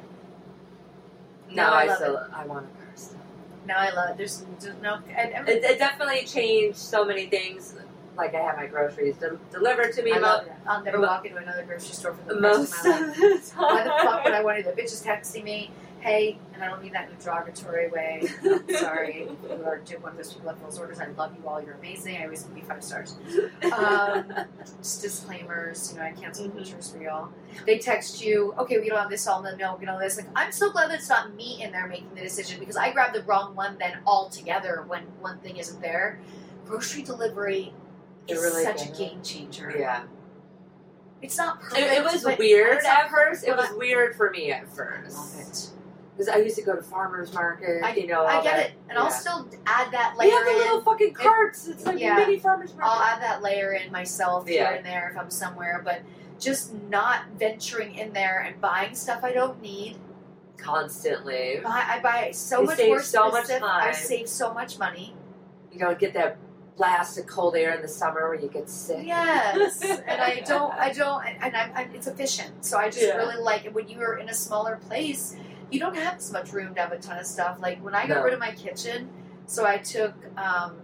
S2: though.
S1: No,
S2: no,
S1: I
S2: I
S1: love
S2: still I want a car. Still.
S1: now i love there's, there's no and every,
S2: It, it definitely changed so many things. Like I have my groceries del- delivered to me.
S1: i
S2: mo-
S1: love it i'll never
S2: mo-
S1: walk into another grocery store for the rest
S2: most
S1: of my life
S2: of the time.
S1: why the fuck would i want to the bitch is texting me hey, and I don't mean that in a derogatory way. I'm sorry, you are do- one of those people that fills orders. I love you all. You're amazing. I always give you five stars. Um, just disclaimers. You know, I cancel
S2: Mhm.
S1: pictures for y'all. They text you, okay, we don't have this all. No, no, we don't have this. Like, I'm so glad that it's not me in there making the decision because I grabbed the wrong one then altogether when one thing isn't there. Grocery delivery
S2: It
S1: is
S2: really
S1: such a
S2: can.
S1: game changer.
S2: yeah.
S1: It's not perfect.
S2: It, it was
S1: but
S2: weird
S1: it's not
S2: at first. It
S1: but
S2: was weird for me at
S1: I love
S2: first.
S1: it.
S2: Because I used to go to farmers market,
S1: I-
S2: you know.
S1: I
S2: all
S1: get
S2: that.
S1: it, and I'll
S2: yeah.
S1: still add that
S2: We
S1: layer
S2: have the little
S1: in.
S2: fucking carts. It's like
S1: yeah.
S2: a mini farmers
S1: I'll
S2: market.
S1: add that layer in myself
S2: Yeah.
S1: here and there if I'm somewhere, but just not venturing in there and buying stuff I don't need.
S2: Constantly,
S1: Buy, I buy so
S2: You
S1: much
S2: save
S1: more
S2: so much
S1: specific- I
S2: time.
S1: save so much money.
S2: you don't get that blast of cold air in the summer where you get sick.
S1: Yes, and I don't, I don't, and, and I'm, I'm, it's efficient. So I just
S2: Yeah.
S1: really like it when you are in a smaller place. You don't have as much room to have a ton of stuff. Like when I got
S2: No.
S1: rid of my kitchen, so I took um,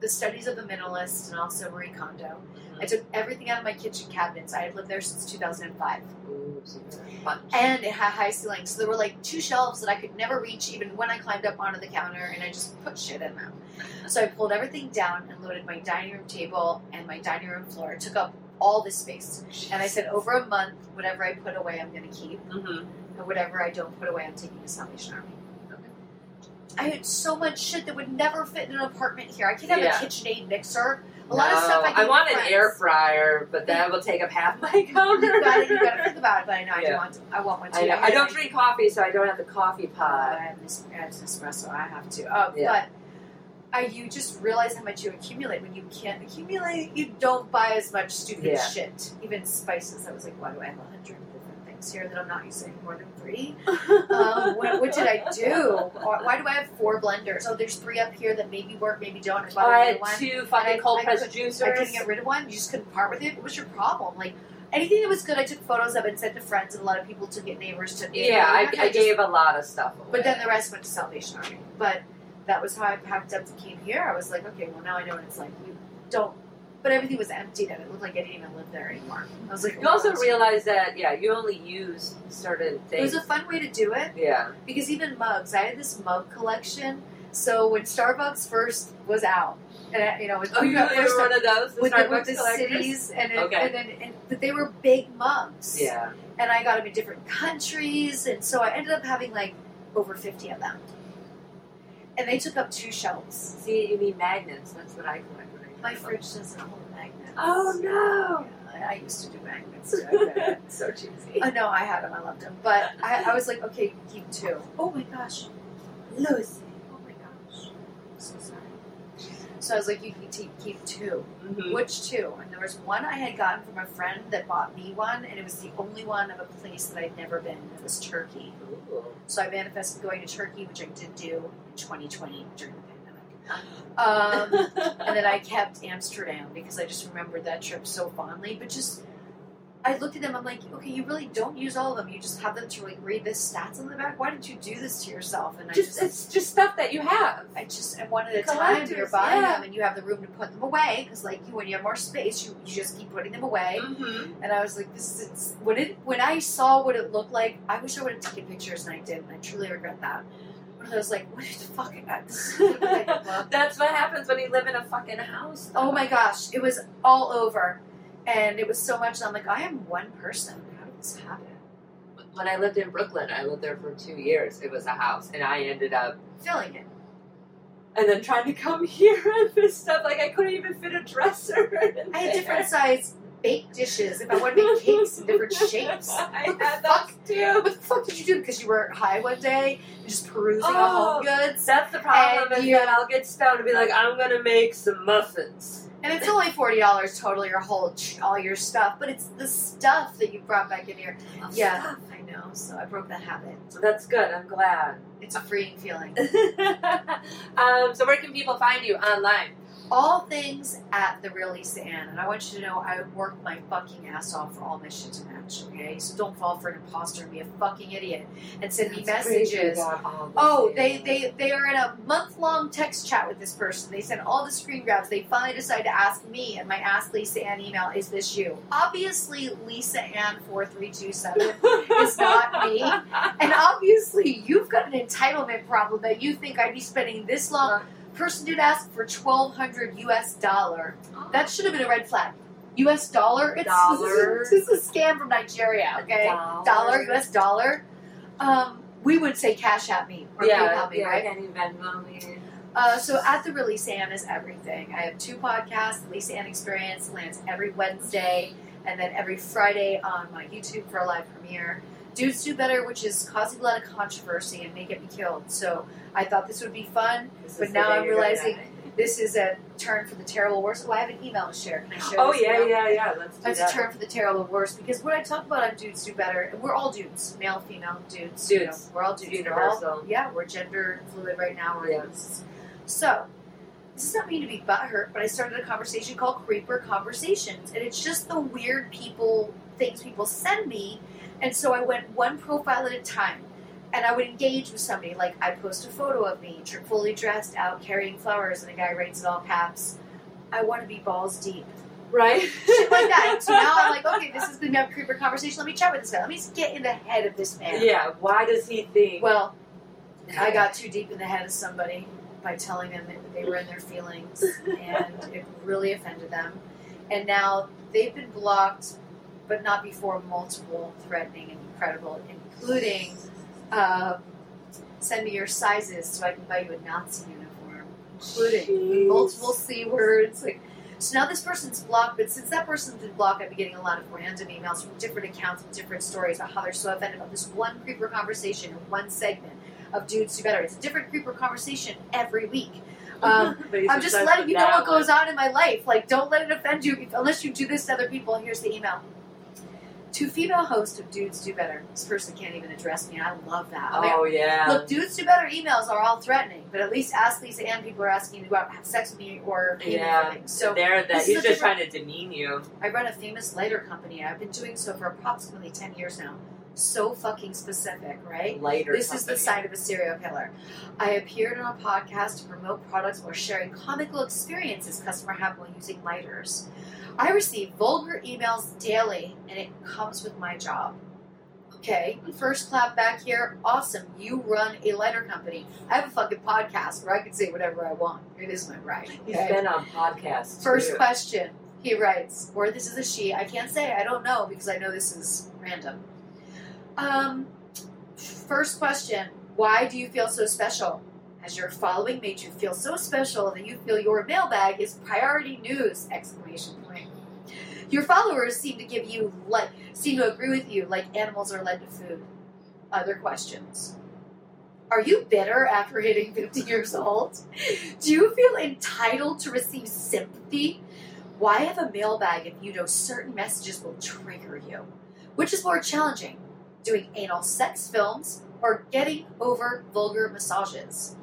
S1: the studies of the minimalist and also Marie Kondo.
S2: Mm-hmm. Mm.
S1: I took everything out of my kitchen cabinets. I had lived there since 2005.
S2: Ooh, so you're a bunch.
S1: And it had high ceilings. So there were like two shelves that I could never reach even when I climbed up onto the counter and I just put shit in them. So I pulled everything down and loaded my dining room table and my dining room floor. It took up all this space. And I said, "Mm-hmm." over a month, whatever I put away, I'm going to keep.
S2: Mhm.
S1: And whatever I don't put away, I'm taking to Salvation Army. I had so much shit that would never fit in an apartment here. I can't have
S2: Yeah.
S1: a KitchenAid mixer. A lot of
S2: No,
S1: stuff I can
S2: I want
S1: make
S2: an
S1: friends.
S2: air fryer, but that will take up half my counter.
S1: you got it. You got to think about it. But I know I do
S2: Yeah.
S1: want. To, I want one too.
S2: I, know. I don't
S1: gotta-
S2: drink coffee, so I don't have the coffee pot.
S1: I have this, I have this espresso. I have to. Oh,
S2: Yeah.
S1: but I, you just realize how much you accumulate when you can't accumulate. You don't buy as much stupid
S2: Yeah.
S1: shit, even spices. I was like, why do I have a hundred different things here that I'm not using more than three? um, what, what did I do? Or Why do I have four blenders? Oh, there's three up here that maybe work, maybe don't. I bought
S2: I
S1: a new
S2: had
S1: one.
S2: Uh, two
S1: I- I
S2: fucking cold pressed
S1: I
S2: juicers.
S1: couldn't get rid of one. You just couldn't part with it. What was your problem? Like anything that was good, I took photos of and sent to friends, and a lot of people took it. Neighbors took it.
S2: yeah, I,
S1: Like,
S2: I
S1: just-
S2: gave a lot of stuff away.
S1: But then the rest went to Salvation Army. But that was how I packed up and came here. I was like, okay, well now I know what it's like. You don't. But everything was empty then. It looked like I didn't even live there anymore. I was like,
S2: you also
S1: "What?"
S2: realize that yeah, you only use certain
S1: it
S2: things.
S1: was a fun way to do it
S2: yeah,
S1: because even mugs. I had this mug collection. So when Starbucks first was out, and I- you know, when
S2: oh, you
S1: got first
S2: were one of those the
S1: with the, with
S2: Starbucks
S1: the
S2: collectors?
S1: cities and, it,
S2: Okay.
S1: and then and, but they were big mugs
S2: Yeah,
S1: and i got them in different countries and so i ended up having like over 50 of them and they took up two shelves
S2: see, you need magnets. That's what I collect. when I
S1: my
S2: travel.
S1: fridge doesn't hold magnets
S2: Oh no,
S1: Yeah, I used to do magnets too, I bet.
S2: so cheesy.
S1: Uh, no, I had them. I loved them. But I, I was like, okay, keep two. Oh my gosh. Lucy. Oh my gosh. I'm so sorry. So I was like, you can t- keep two.
S2: Mhm.
S1: Which two? And there was one I had gotten from a friend that bought me one, and it was the only one of a place that I'd never been. It was Turkey.
S2: Ooh.
S1: So I manifested going to Turkey, which I did do in 2020 during the pandemic. Um,
S2: Mm-hmm.
S1: and then I kept Amsterdam because I just remembered that trip so fondly. But just, I looked at them. I'm like, okay, you really don't use all of them. You just have them to like read the stats on the back. Why did you do this to yourself? And I
S2: just
S1: just,
S2: it's just stuff that you have.
S1: I just, and one at a time,
S2: Collectors,
S1: you're buying
S2: yeah.
S1: them, and you have the room to put them away because, like, you when you have more space, you, you just keep putting them away.
S2: Mm-hmm.
S1: And I was like, this is it's- when it when I saw what it looked like. I wish I would have taken pictures, and I didn't. I truly regret that. But I was like, what the fuck? This is what I love.
S2: That's what happens when you live in a fucking house.
S1: Oh my gosh, it was all over. And it was so much. I'm like, I am one person. How did this happen?
S2: When I lived in Brooklyn, I lived there for two years. It was a house, and I ended up
S1: Feeling it.
S2: and then trying to come here and this stuff. Like I couldn't even fit a dresser. In
S1: I had
S2: there.
S1: different size baked dishes if I wanted to make cakes in different shapes. What
S2: I had
S1: fuck?
S2: those too.
S1: the fuck did you do? Because you were high one day and just perusing
S2: Oh.
S1: all home goods.
S2: That's the problem.
S1: And
S2: is
S1: you-
S2: that I'll get stoned and be like, I'm gonna make some muffins.
S1: And it's only forty dollars total your whole all your stuff, but it's the stuff that you brought back in here. Yeah, I know. So I broke that habit.
S2: So that's good. I'm glad.
S1: It's a freeing feeling.
S2: um, so where can people find you online?
S1: all things at the Real Lisa Ann. And I want you to know I worked my fucking ass off for all my shit to match, okay? So don't fall for an imposter and be a fucking idiot and send me
S2: That's
S1: messages.
S2: crazy about all this
S1: Oh, they,
S2: thing.
S1: they, they are in a month long text chat with this person. They send all the screen grabs. They finally decide to ask me and my Ask Lisa Ann email, is this you? Obviously, Lisa Ann 4327 is not me. And obviously, you've got an entitlement problem that you think I'd be spending this long. Person dude asked for 1200 US dollar. That should have been a red flag. US dollar? It's,
S2: Dollar.
S1: This is a scam from Nigeria, okay? dollar, US dollar, um, we would say cash at me or
S2: Yeah,
S1: PayPal me,
S2: yeah,
S1: right?
S2: any Venmo me.
S1: Uh, so at the Release Ann is everything. I have two podcasts, The Lisa Ann Experience lands every Wednesday and then every Friday on my YouTube for a live premiere. Dudes Do Better, which is causing a lot of controversy and may get me killed. So I thought this would be fun.
S2: This is
S1: But
S2: the
S1: now
S2: day
S1: I'm
S2: you're gonna
S1: realizing-
S2: die.
S1: This is a turn for the terrible worst. Oh, I have an email to share. Can I share
S2: Oh
S1: this
S2: yeah,
S1: now?
S2: yeah, yeah. Let's do
S1: That's
S2: that.
S1: a term for the terrible worst because what I talk about on Dudes Do Better, and we're all dudes, male, female, dudes. you
S2: Dudes.
S1: know, we're all dudes. We're all
S2: Universal.
S1: yeah, we're gender fluid right now. We're
S2: Yeah.
S1: So, this does not mean to be butthurt, but I started a conversation called Creeper Conversations, and it's just the weird people, things people send me. And so I went one profile at a time, and I would engage with somebody. Like, I post a photo of me, tr- fully dressed out, carrying flowers, and a guy writes in all caps, I want to be balls deep.
S2: Right.
S1: Shit like that. So now I'm like, okay, this is the no creeper conversation. Let me chat with this guy. Let me just get in the head of this man.
S2: Yeah. Why does he think?
S1: Well, I got too deep in the head of somebody by telling them that they were in their feelings, and it really offended them. And now they've been blocked, but not before multiple threatening and incredible, including uh, send me your sizes so I can buy you a Nazi uniform, including
S2: Jeez.
S1: multiple c words. Like, so now this person's blocked, but since that person's been blocked, I've been getting a lot of random emails from different accounts with different stories about how they're so offended about this one creeper conversation in one segment of Dudes Do Better. It's a different creeper conversation every week. Um,
S2: But he's
S1: I'm just
S2: obsessed
S1: letting
S2: with
S1: you know
S2: that
S1: what goes on in my life. Like, don't let it offend you if- unless you do this to other people. And here's the email. To female host of Dudes Do Better. This person can't even address me. I love that. I'm
S2: One.
S1: like,
S2: Oh yeah.
S1: Look, Dudes Do Better emails are all threatening, but at least ask Lisa and people are asking you to go out and have sex with me or pay me for
S2: Yeah.
S1: things. So
S2: there, that
S1: this
S2: he's
S1: is
S2: just
S1: a
S2: trying to demean you.
S1: I run a famous lighter company. I've been doing so for approximately 10 years now. So fucking specific, right?
S2: Later.
S1: This is the sign of a serial killer. I appeared on a podcast to promote products while sharing comical experiences customer have while using lighters. I receive vulgar emails daily, and it comes with my job. Okay, first clap back here. Awesome, you run a lighter company. I have a fucking podcast where I can say whatever I want. It is my right.
S2: He's
S1: okay?
S2: been on podcasts.
S1: First
S2: too.
S1: question. He writes, or this is a she. I can't say. I don't know because I know this is random. Um, first question. Why do you feel so special? Has your following made you feel so special that you feel your mailbag is priority news? Exclamation point. Your followers seem to give you like seem to agree with you like animals are led to food. Other questions. Are you bitter after hitting 50 years old? Do you feel entitled to receive sympathy? Why have a mailbag if you know certain messages will trigger you? Which is more challenging, doing anal sex films or getting over vulgar massages?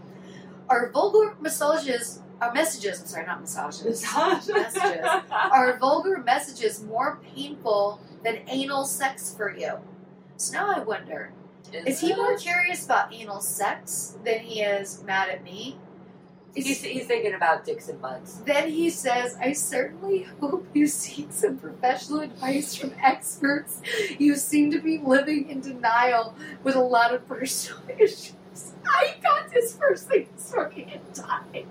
S1: Are vulgar massages, are messages, I'm sorry, not massages, Messages. are vulgar messages more painful than anal sex for you? So now I wonder is he more curious about anal sex than he is mad at me?
S2: He's, he's thinking about dicks and butts.
S1: Then he says, I certainly hope you seek some professional advice from experts. You seem to be living in denial with a lot of personal issues. I got this first thing this fucking die.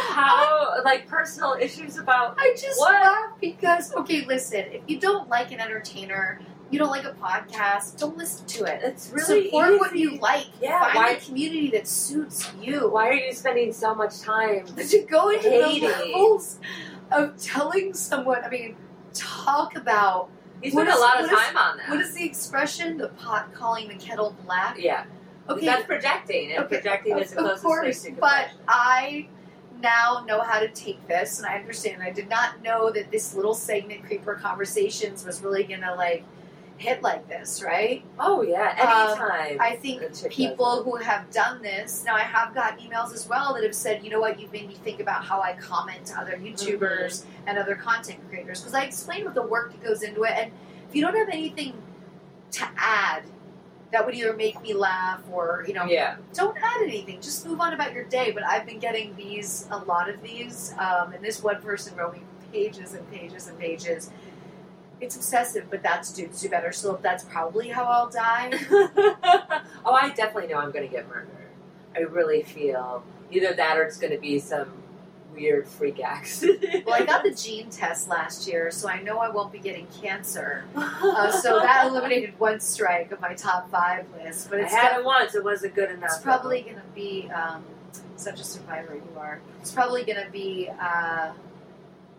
S2: How like personal issues about
S1: I just
S2: What?
S1: laugh because, okay, listen, if you don't like an entertainer, you don't like a podcast, don't listen to it.
S2: it's really
S1: Support
S2: easy.
S1: what you like.
S2: Yeah,
S1: Find
S2: why-
S1: a community that suits you.
S2: Why are you spending so much time?
S1: to go into
S2: Hating.
S1: the levels of telling someone. I mean, talk about
S2: He
S1: What
S2: spent
S1: is-
S2: a lot of
S1: what is-
S2: time on that.
S1: what is the expression? The pot calling the kettle black.
S2: yeah,
S1: Okay,
S2: that's projecting, and
S1: okay,
S2: projecting is the
S1: of,
S2: closest
S1: of course,
S2: thing to
S1: but
S2: depression.
S1: I now know how to take this, and I understand. I did not know that this little segment, Creeper Conversations, was really gonna like hit like this, right?
S2: Oh yeah, anytime.
S1: um, I think
S2: a chick
S1: people who have done this. Now, I have gotten emails as well that have said, you know what, you've made me think about how I comment to other YouTubers and other content creators because I explain what the work that goes into it. And if you don't have anything to add, that would either make me laugh or, you know,
S2: does it. yeah,
S1: don't add anything. Just move on about your day. But I've been getting these, a lot of these. Um, and this one person wrote me pages and pages and pages. It's obsessive, but that's dudes do better. So that's probably how I'll die.
S2: oh, I definitely know I'm going to get murdered. I really feel either that or it's going to be some weird freak accident.
S1: Well, I got the gene test last year, so I know I won't be getting cancer. Uh, so that eliminated one strike of my top five list. But
S2: I
S1: it's,
S2: had
S1: def-
S2: it once. It wasn't good enough.
S1: it's probably going to be um, such a survivor you are. It's probably going to be uh,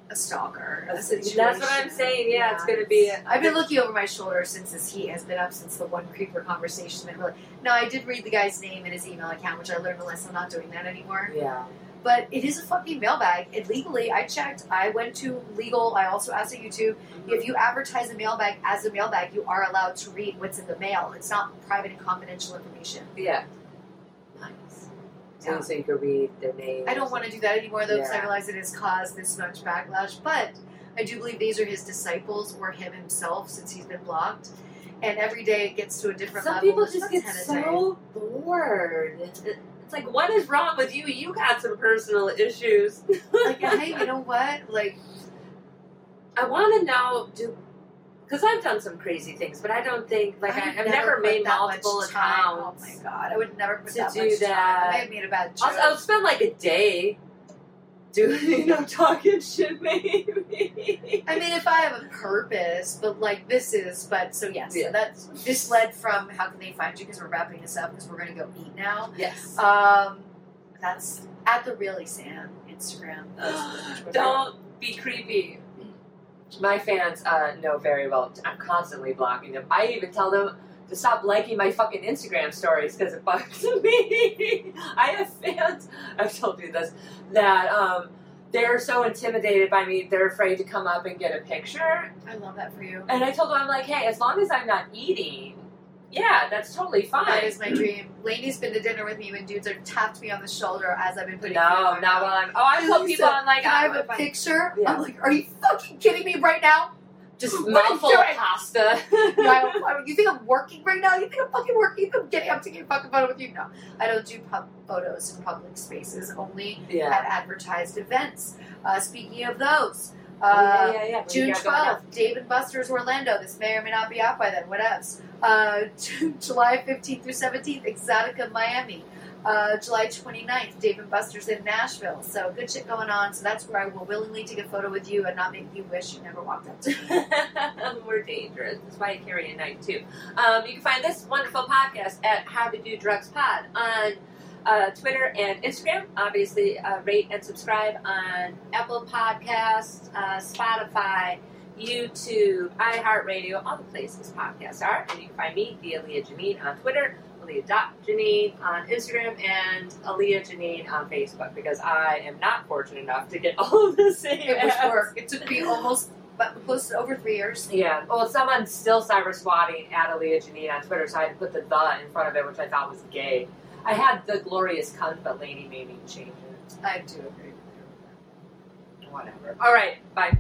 S1: a stalker. a
S2: That's what I'm
S1: situation.
S2: saying. Yeah, it's going to be. i
S1: I've been looking over my shoulder since this heat has been up since the one creeper conversation. That really, no, I did read the guy's name and his email account, which I learned a lesson. I'm not doing that anymore.
S2: Yeah.
S1: But it is a fucking mailbag. And legally, I checked. I went to legal. I also asked at YouTube. If you advertise a mailbag as a mailbag, you are allowed to read what's in the mail. It's not private and confidential information.
S2: Yeah.
S1: Nice.
S2: So, so you could read their name.
S1: I don't want to do that anymore, though, because I
S2: Yeah.
S1: realize it has caused this much backlash. But I do believe these are his disciples or him himself, since he's been blocked. And every day it gets to a different
S2: Some
S1: level.
S2: people
S1: It's
S2: just
S1: not
S2: get
S1: 10 a day.
S2: so bored. It's it's like, what is wrong with you? You got some personal issues.
S1: like, hey, you know what? Like,
S2: I want to know do because I've done some crazy things, but I don't think like I,
S1: I
S2: have
S1: never, put
S2: made
S1: that
S2: multiple
S1: much time.
S2: accounts.
S1: Oh my god, I would never put
S2: to
S1: that
S2: do
S1: much
S2: that.
S1: time. I made a bad joke.
S2: I'll, I'll spend like a day doing you know talking shit maybe.
S1: I mean, if I have a purpose, but like this is, but so yes,
S2: Yeah.
S1: that's this led from how can they find you because we're wrapping this up because we're gonna go eat now.
S2: Yes.
S1: Um, that's at the really Sam Instagram. Facebook, Twitter.
S2: don't be creepy. My fans uh, know very well. I'm constantly blocking them. I even tell them to stop liking my fucking Instagram stories because it bugs me. I have fans. I've told you this that um, they're so intimidated by me. They're afraid to come up and get a picture.
S1: I love that for you.
S2: And I told them I'm like, hey, as long as I'm not eating, yeah, that's totally fine.
S1: That is my dream. Laney's been to dinner with me when dudes are tapped me on the shoulder as I've been putting. food in
S2: no,
S1: my
S2: not
S1: mouth.
S2: while I'm. Oh, I tell people I'm like,
S1: Can I have
S2: I'm
S1: a picture.
S2: Yeah.
S1: I'm like, are you fucking kidding me right now?
S2: just
S1: What are you
S2: mouthful of
S1: doing?
S2: pasta.
S1: You know, I don't- I don't- you think I'm working right now? You think I'm fucking working? You think I'm getting up to get a fucking photo with you? No, I don't do pub photos in public spaces. Only
S2: yeah.
S1: at advertised events. Uh, speaking of those, uh,
S2: Oh, yeah, yeah, yeah.
S1: June
S2: We got going up.
S1: twelfth, Dave and Buster's Orlando. This may or may not be out by then. What else? Uh, July fifteenth through seventeenth, Exotica Miami. Uh, July 29th, Dave and Buster's in Nashville. So good shit going on. So that's where I will willingly take a photo with you and not make you wish you never walked up to me.
S2: We're dangerous. That's why I carry a knife too. Um, you can find this wonderful podcast at How to Do Drugs Pod on uh, Twitter and Instagram. Obviously, uh, rate and subscribe on Apple Podcasts, uh, Spotify, YouTube, iHeartRadio, all the places podcasts are. And you can find me, the Aaliyah Janine, on Twitter, Aaliyah.Janine on Instagram, and Aaliyah Janine on Facebook because I am not fortunate enough to get all of the same.
S1: It was
S2: apps.
S1: work. It took me almost but close to over three years.
S2: Yeah. Well, someone's still cyber swatting at Aaliyah Janine on Twitter, so I had to put the the in front of it, which I thought was gay. I had the glorious cunt, but Lady made me change it.
S1: I do agree with you.
S2: Whatever. All right. Bye.